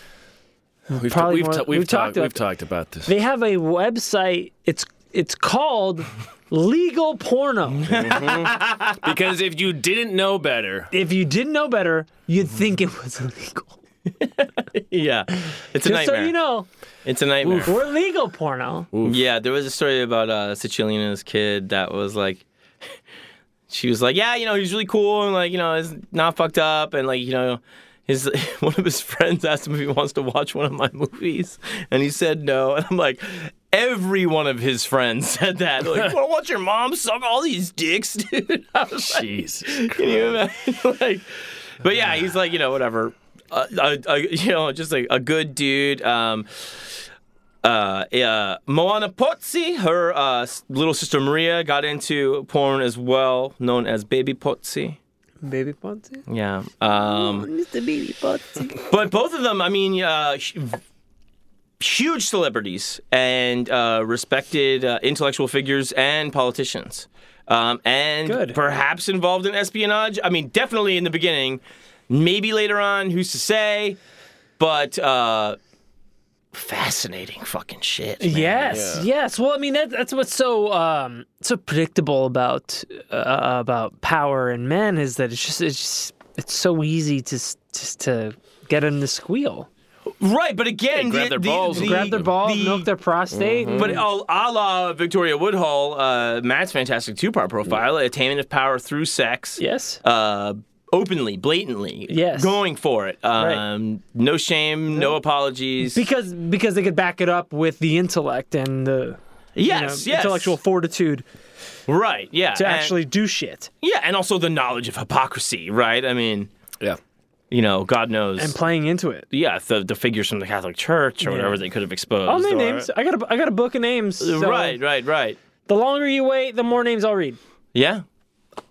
S5: We've,
S4: Probably
S5: we've,
S4: more-
S5: ta- we've,
S4: we've talked
S5: talked, we've
S4: about-
S5: talked about this.
S4: They have a website. It's it's called
S3: (laughs)
S4: Legal Porno.
S5: because if you didn't know
S4: (laughs)
S5: better,
S4: if you didn't know better, you'd think it was (laughs) illegal.
S3: yeah. It's a
S4: Just so
S3: nightmare.
S4: you know,
S3: It's a nightmare.
S4: we're legal porno.
S3: Yeah, there was a story about uh Sicilina's kid that was like (laughs) she was like, Yeah, you know, he's really cool and like, you know, he's not fucked up and like, you know, his (laughs) one of his friends asked him if he wants to watch one of my movies and he said no. And I'm like, every one of his friends said that. Like, wanna watch your mom suck all these dicks, (laughs) dude. I was like,
S5: jeez.
S3: Can you imagine? (laughs) like But yeah, he's like, you know, whatever. Uh, uh, uh, you know, just like a good dude. Um, uh, uh, Moana Pozzi, her uh, s- little sister Maria, got into porn as well, known as Baby Pozzi.
S4: Baby Ponzi?
S3: Yeah. Um,
S7: Mr. Baby Buttsy.
S3: (laughs) but both of them, I mean, uh, hu- huge celebrities and uh, respected uh, intellectual figures and politicians. Um, and
S4: Good.
S3: perhaps involved in espionage. I mean, definitely in the beginning, maybe later on, who's to say? But uh, fascinating fucking shit. man.
S4: Yes, yes. Well, I mean that, that's what's so um, so predictable about uh, about power and men is that it's just it's just, it's so easy to s- just to get them to squeal,
S3: Right, but again,
S5: grab
S3: the,
S5: their
S3: the-
S5: balls.
S3: the-
S4: grab their balls,
S3: the- Mm-hmm.
S4: milk their prostate. uh,
S3: But a Oh, a la Victoria Woodhull, uh, Matt's fantastic two-part profile: attainment of power through sex,
S4: yes,
S3: uh, openly, blatantly,
S4: Yes.
S3: going for it, um, no shame, no apologies.
S4: because because they could back it up with the intellect and the you know,
S3: yes, yes,
S4: intellectual fortitude
S3: right, yeah,
S4: to
S3: and-
S4: actually do shit.
S3: yeah, and also the knowledge of hypocrisy, right? I mean,
S5: Yeah.
S3: you know, God knows.
S4: and playing into it.
S3: yeah, the, the figures from the Catholic Church or whatever they could have exposed.
S4: I'll name
S3: or-
S4: names. I got a, I got a book of names. so
S3: Right, right, right.
S4: The longer you wait, the more names I'll read.
S3: Yeah.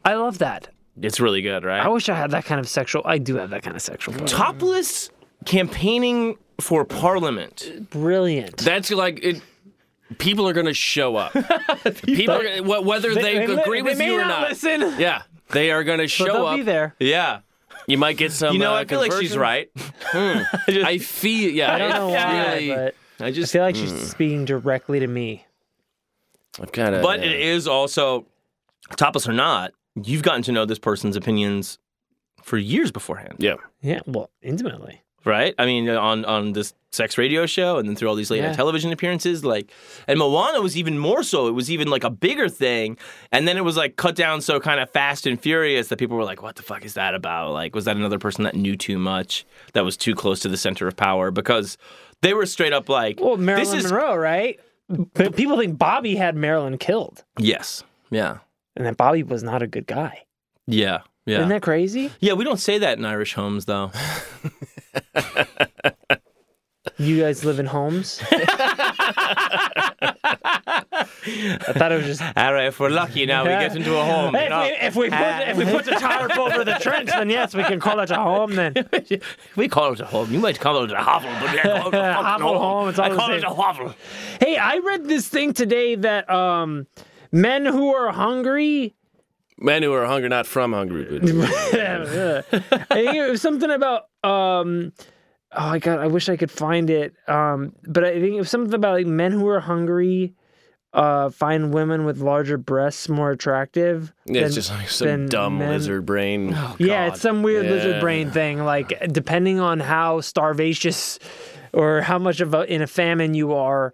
S4: I love that.
S3: It's really good, right?
S4: I wish I had that kind of sexual. I do have that kind of sexual. Power.
S3: Topless campaigning for parliament.
S4: Uh, Brilliant.
S5: That's like it. People are gonna
S4: (laughs)
S5: show up. people, are gonna, wh- whether they,
S4: they li-
S5: agree
S4: they
S5: with
S4: may
S5: you or
S4: not
S5: not.
S4: listen.
S5: Yeah, they are gonna
S4: But
S5: show
S4: they'll
S5: up.
S4: be there.
S3: Yeah.
S5: You might get some.
S3: You know,
S5: uh,
S3: I feel like she's
S5: conversion.
S3: right.
S5: I feel. Yeah,
S4: I don't know why,
S5: really-
S4: but
S3: I
S4: I
S3: just
S4: feel like she's speaking directly to me.
S5: I've kind of.
S3: but it is also topless or not, you've gotten to know this person's opinions for years beforehand.
S5: Yeah.
S4: Yeah, well, intimately.
S3: Right? I mean, on on this sex radio show and then through all these late
S4: Yeah.
S3: night television appearances, like and Moana was even more so. It was even like a bigger thing. And then it was like cut down so kind of fast and furious that people were like, What the fuck is that about? Like, was that another person that knew too much, that was too close to the center of power? Because they were straight up like
S4: Well, Marilyn
S3: this is
S4: Monroe, right? But people think Bobby had Marilyn killed,
S3: Yes. Yeah.
S4: and that Bobby was not a good guy.
S3: Yeah. Yeah.
S4: Isn't that crazy?
S3: yeah, we don't say that in Irish homes (laughs) though.
S4: You guys live in
S5: (laughs)
S4: homes. I thought it was just.
S3: All right, if we're lucky now, we get into a home. you know.
S4: If we, if we put if we put the tarp over the trench, then yes, we can call it a home. Then
S3: we call it a home. You might call it a hovel, but we call it (laughs) a fucking
S4: Hovel, home, it's all
S3: I
S4: the
S3: call it
S4: same.
S3: a hovel.
S4: Hey, I read this thing today that um, men who are
S5: (laughs)
S4: hungry. (laughs)
S5: men who are hungry, not from hungry. But
S4: I think it was something about. Um, oh my god, I wish I could find it. Um, but I think it was something about like men who are hungry. Uh, find women with larger breasts more attractive.
S5: it's
S4: than-
S5: just like
S4: than
S5: some dumb
S4: men. Oh,
S5: lizard brain.
S4: Yeah, it's some weird lizard
S5: Yeah.
S4: brain thing. Like depending on how starvatious or how much of a, in a famine you are,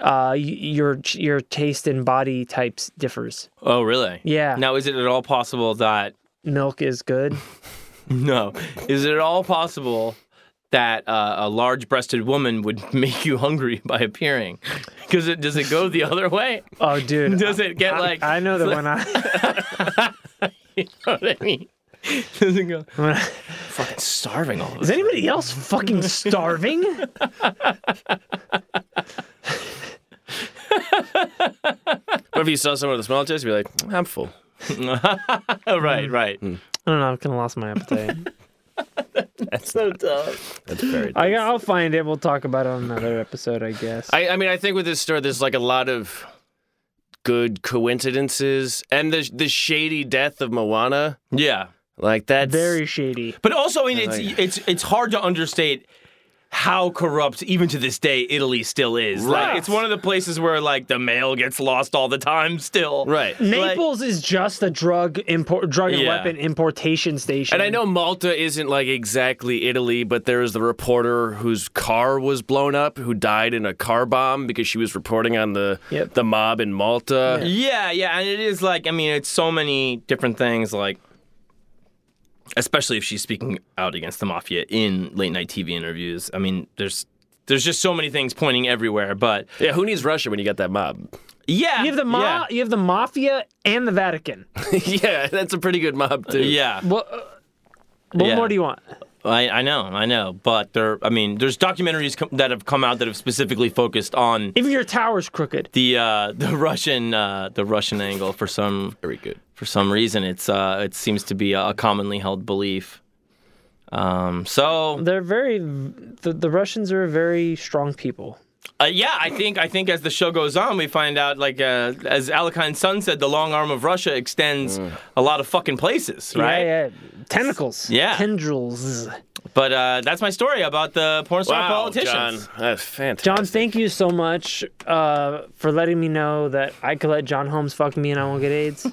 S4: uh, y- your your taste and body types differs.
S3: Oh, really?
S4: Yeah.
S3: Now, is it at all possible that (laughs)
S4: Milk is good.
S3: no? Is it at all possible that uh, a large-breasted woman would (laughs) make you hungry by appearing? Because it does it go the other way?
S4: Oh, dude,
S3: Does it get
S4: I,
S3: like?
S4: I know that when I.
S3: know (laughs) what I mean. Does it go?
S4: when I
S3: (laughs) Fucking starving all of a
S4: Is anybody else
S3: (laughs)
S4: fucking starving?
S5: What if you saw someone with a small chest? You'd be like, I'm full.
S3: Oh, right, right.
S4: I don't know. I've kind of lost my appetite.
S3: (laughs)
S4: (laughs)
S3: So dumb.
S5: That's very.
S4: I, I'll find it. We'll talk about it on another episode, I guess.
S5: I, I mean, I think with this story, there's like a lot of good coincidences, and the the shady death of Moana,
S3: Yeah.
S5: like that's
S4: Very shady.
S3: But also, I mean, it's it's it's hard to understate how corrupt, even to this day, Italy still is. Like,
S5: Right.
S3: it's one of the places where like the mail gets lost all the time. Still,
S5: right.
S4: Naples is just a drug import, drug and
S3: Yeah.
S4: weapon importation station.
S5: And I know Malta isn't like exactly Italy, but there is the reporter whose car was blown up, who died in a car bomb because she was reporting on the
S4: Yep.
S5: the mob in Malta.
S3: Yeah, yeah, and it is like I mean, it's so many different things. Like, especially if she's speaking out against the mafia in late night TV interviews. I mean, there's there's just so many things pointing everywhere. But
S5: Yeah, who needs Russia when you got that mob? (laughs)
S3: yeah,
S4: you have the ma- you have the mafia and the Vatican.
S5: yeah, that's a pretty good mob too.
S3: Yeah, yeah.
S4: What, uh, what
S3: Yeah.
S4: more do you want?
S3: I, I know, I know, but there. I mean, there's documentaries com- that have come out that have specifically focused on
S4: Even your tower's crooked.
S3: the uh, (laughs) the Russian uh, the Russian angle for some
S5: Very good.
S3: for some reason it's uh, it seems to be a commonly held belief. Um, so
S4: They're very. The, the Russians are a very strong people.
S3: uh, yeah, I think I think as the show goes on, we find out like uh, as Alakan Sun said, the long arm of Russia extends
S5: Mm.
S3: a lot of fucking places, right?
S4: Yeah, yeah. Tentacles.
S3: Yeah.
S4: Tendrils.
S3: But uh, that's my story about the porn star
S5: Wow,
S3: politicians.
S5: John, that's fantastic.
S4: John, thank you so much uh, for letting me know that I could let John Holmes fuck me and I won't get AIDS.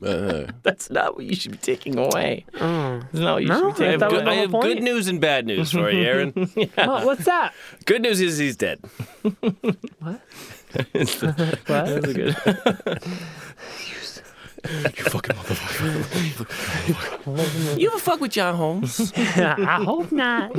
S3: (laughs) That's not what you should be taking away. That's not what you
S4: Mm. No,
S3: should be taking.
S4: I thought-
S3: away.
S5: Good- I
S4: the
S5: have
S4: whole
S5: good
S4: point.
S5: news and bad news for you, Aaron.
S4: What- what's that?
S5: good news is he's dead.
S4: What?
S3: That's good.
S5: You ever fuck with John Holmes?
S4: I hope not.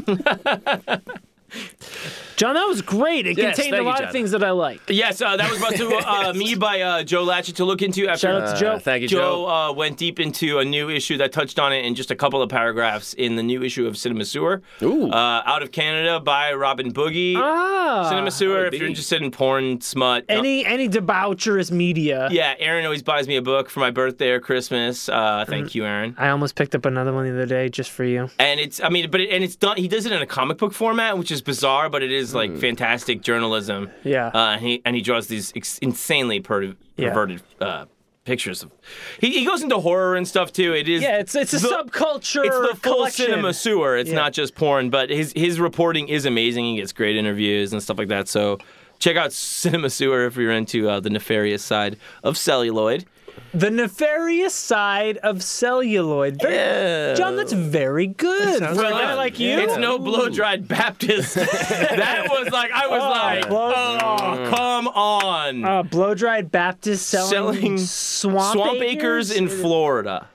S4: John, that was great. It
S5: Yes,
S4: contained
S5: thank
S4: a
S5: you,
S4: lot
S5: John.
S4: of things that I like.
S3: (laughs) Yes, uh, that was brought to uh, me by uh, Joe Latchett to look into after
S4: Shout out to Joe.
S5: Uh, thank you, Joe.
S3: Joe uh, went deep into a new issue that touched on it in just a couple of paragraphs in the new issue of Cinema Sewer.
S5: Ooh.
S3: Uh, Out of Canada by Robin Boogie.
S4: Ah,
S3: Cinema Sewer, if
S5: OD.
S3: you're interested in porn, smut.
S4: any any debaucherous media.
S3: yeah, Aaron always buys me a book for my birthday or Christmas. Uh, thank you, Aaron.
S4: I almost picked up another one the other day just for you.
S3: And it's, I mean, but it, and it's done. He does it in a comic book format, which is bizarre, but it is like fantastic journalism.
S4: Yeah.
S3: Uh, and he and he draws these ex- insanely per-
S4: Yeah.
S3: perverted uh, pictures of. He, he goes into horror and stuff too. It is.
S4: yeah, it's it's a subculture.
S3: It's the full
S4: collection.
S3: cinema sewer. It's
S4: Yeah.
S3: not just porn, but his his reporting is amazing. He gets great interviews and stuff like that. So check out Cinema Sewer if you're into uh, the nefarious side of celluloid.
S4: The nefarious side of celluloid. Very, John, that's very good. for a guy
S3: Fun.
S4: like you.
S3: It's no blow dried Baptist. that was like I was like,
S4: Oh. blow-
S3: oh come on.
S4: Uh, blow dried Baptist selling,
S3: Selling
S4: swamp,
S3: Swamp acres in Florida.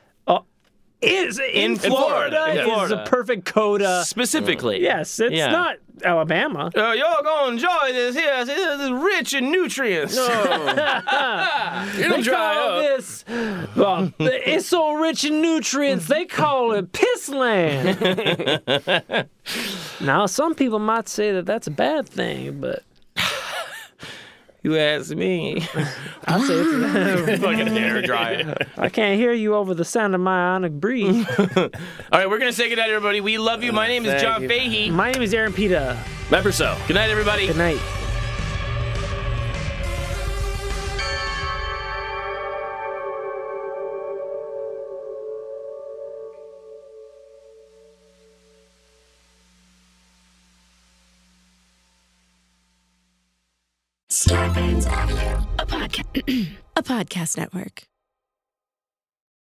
S4: is in,
S3: in
S4: Florida,
S3: Florida, in
S4: is
S3: Florida.
S4: a perfect coda.
S3: Specifically.
S4: Uh, Yes, it's
S3: Yeah.
S4: not Alabama.
S3: Uh, y'all gonna enjoy this here. This is rich in nutrients.
S4: They call this well,
S3: (laughs)
S4: it's so rich in nutrients. They call it
S3: (laughs)
S4: piss land. now, some people might say that that's a bad thing, but
S3: (laughs) You asked me.
S4: I say it's,
S3: (laughs) Fucking hair
S4: (laughs)
S3: dryer.
S4: I can't hear you over the sound of my
S3: (laughs)
S4: ionic breeze.
S3: All right, we're gonna say goodnight, everybody. We love you. My name is John Fahey.
S4: my name is Aaron Pita.
S5: Remember so.
S3: Good night, everybody.
S4: Good night.
S8: (clears throat) Scorpions Avenue, a, podca- a podcast network.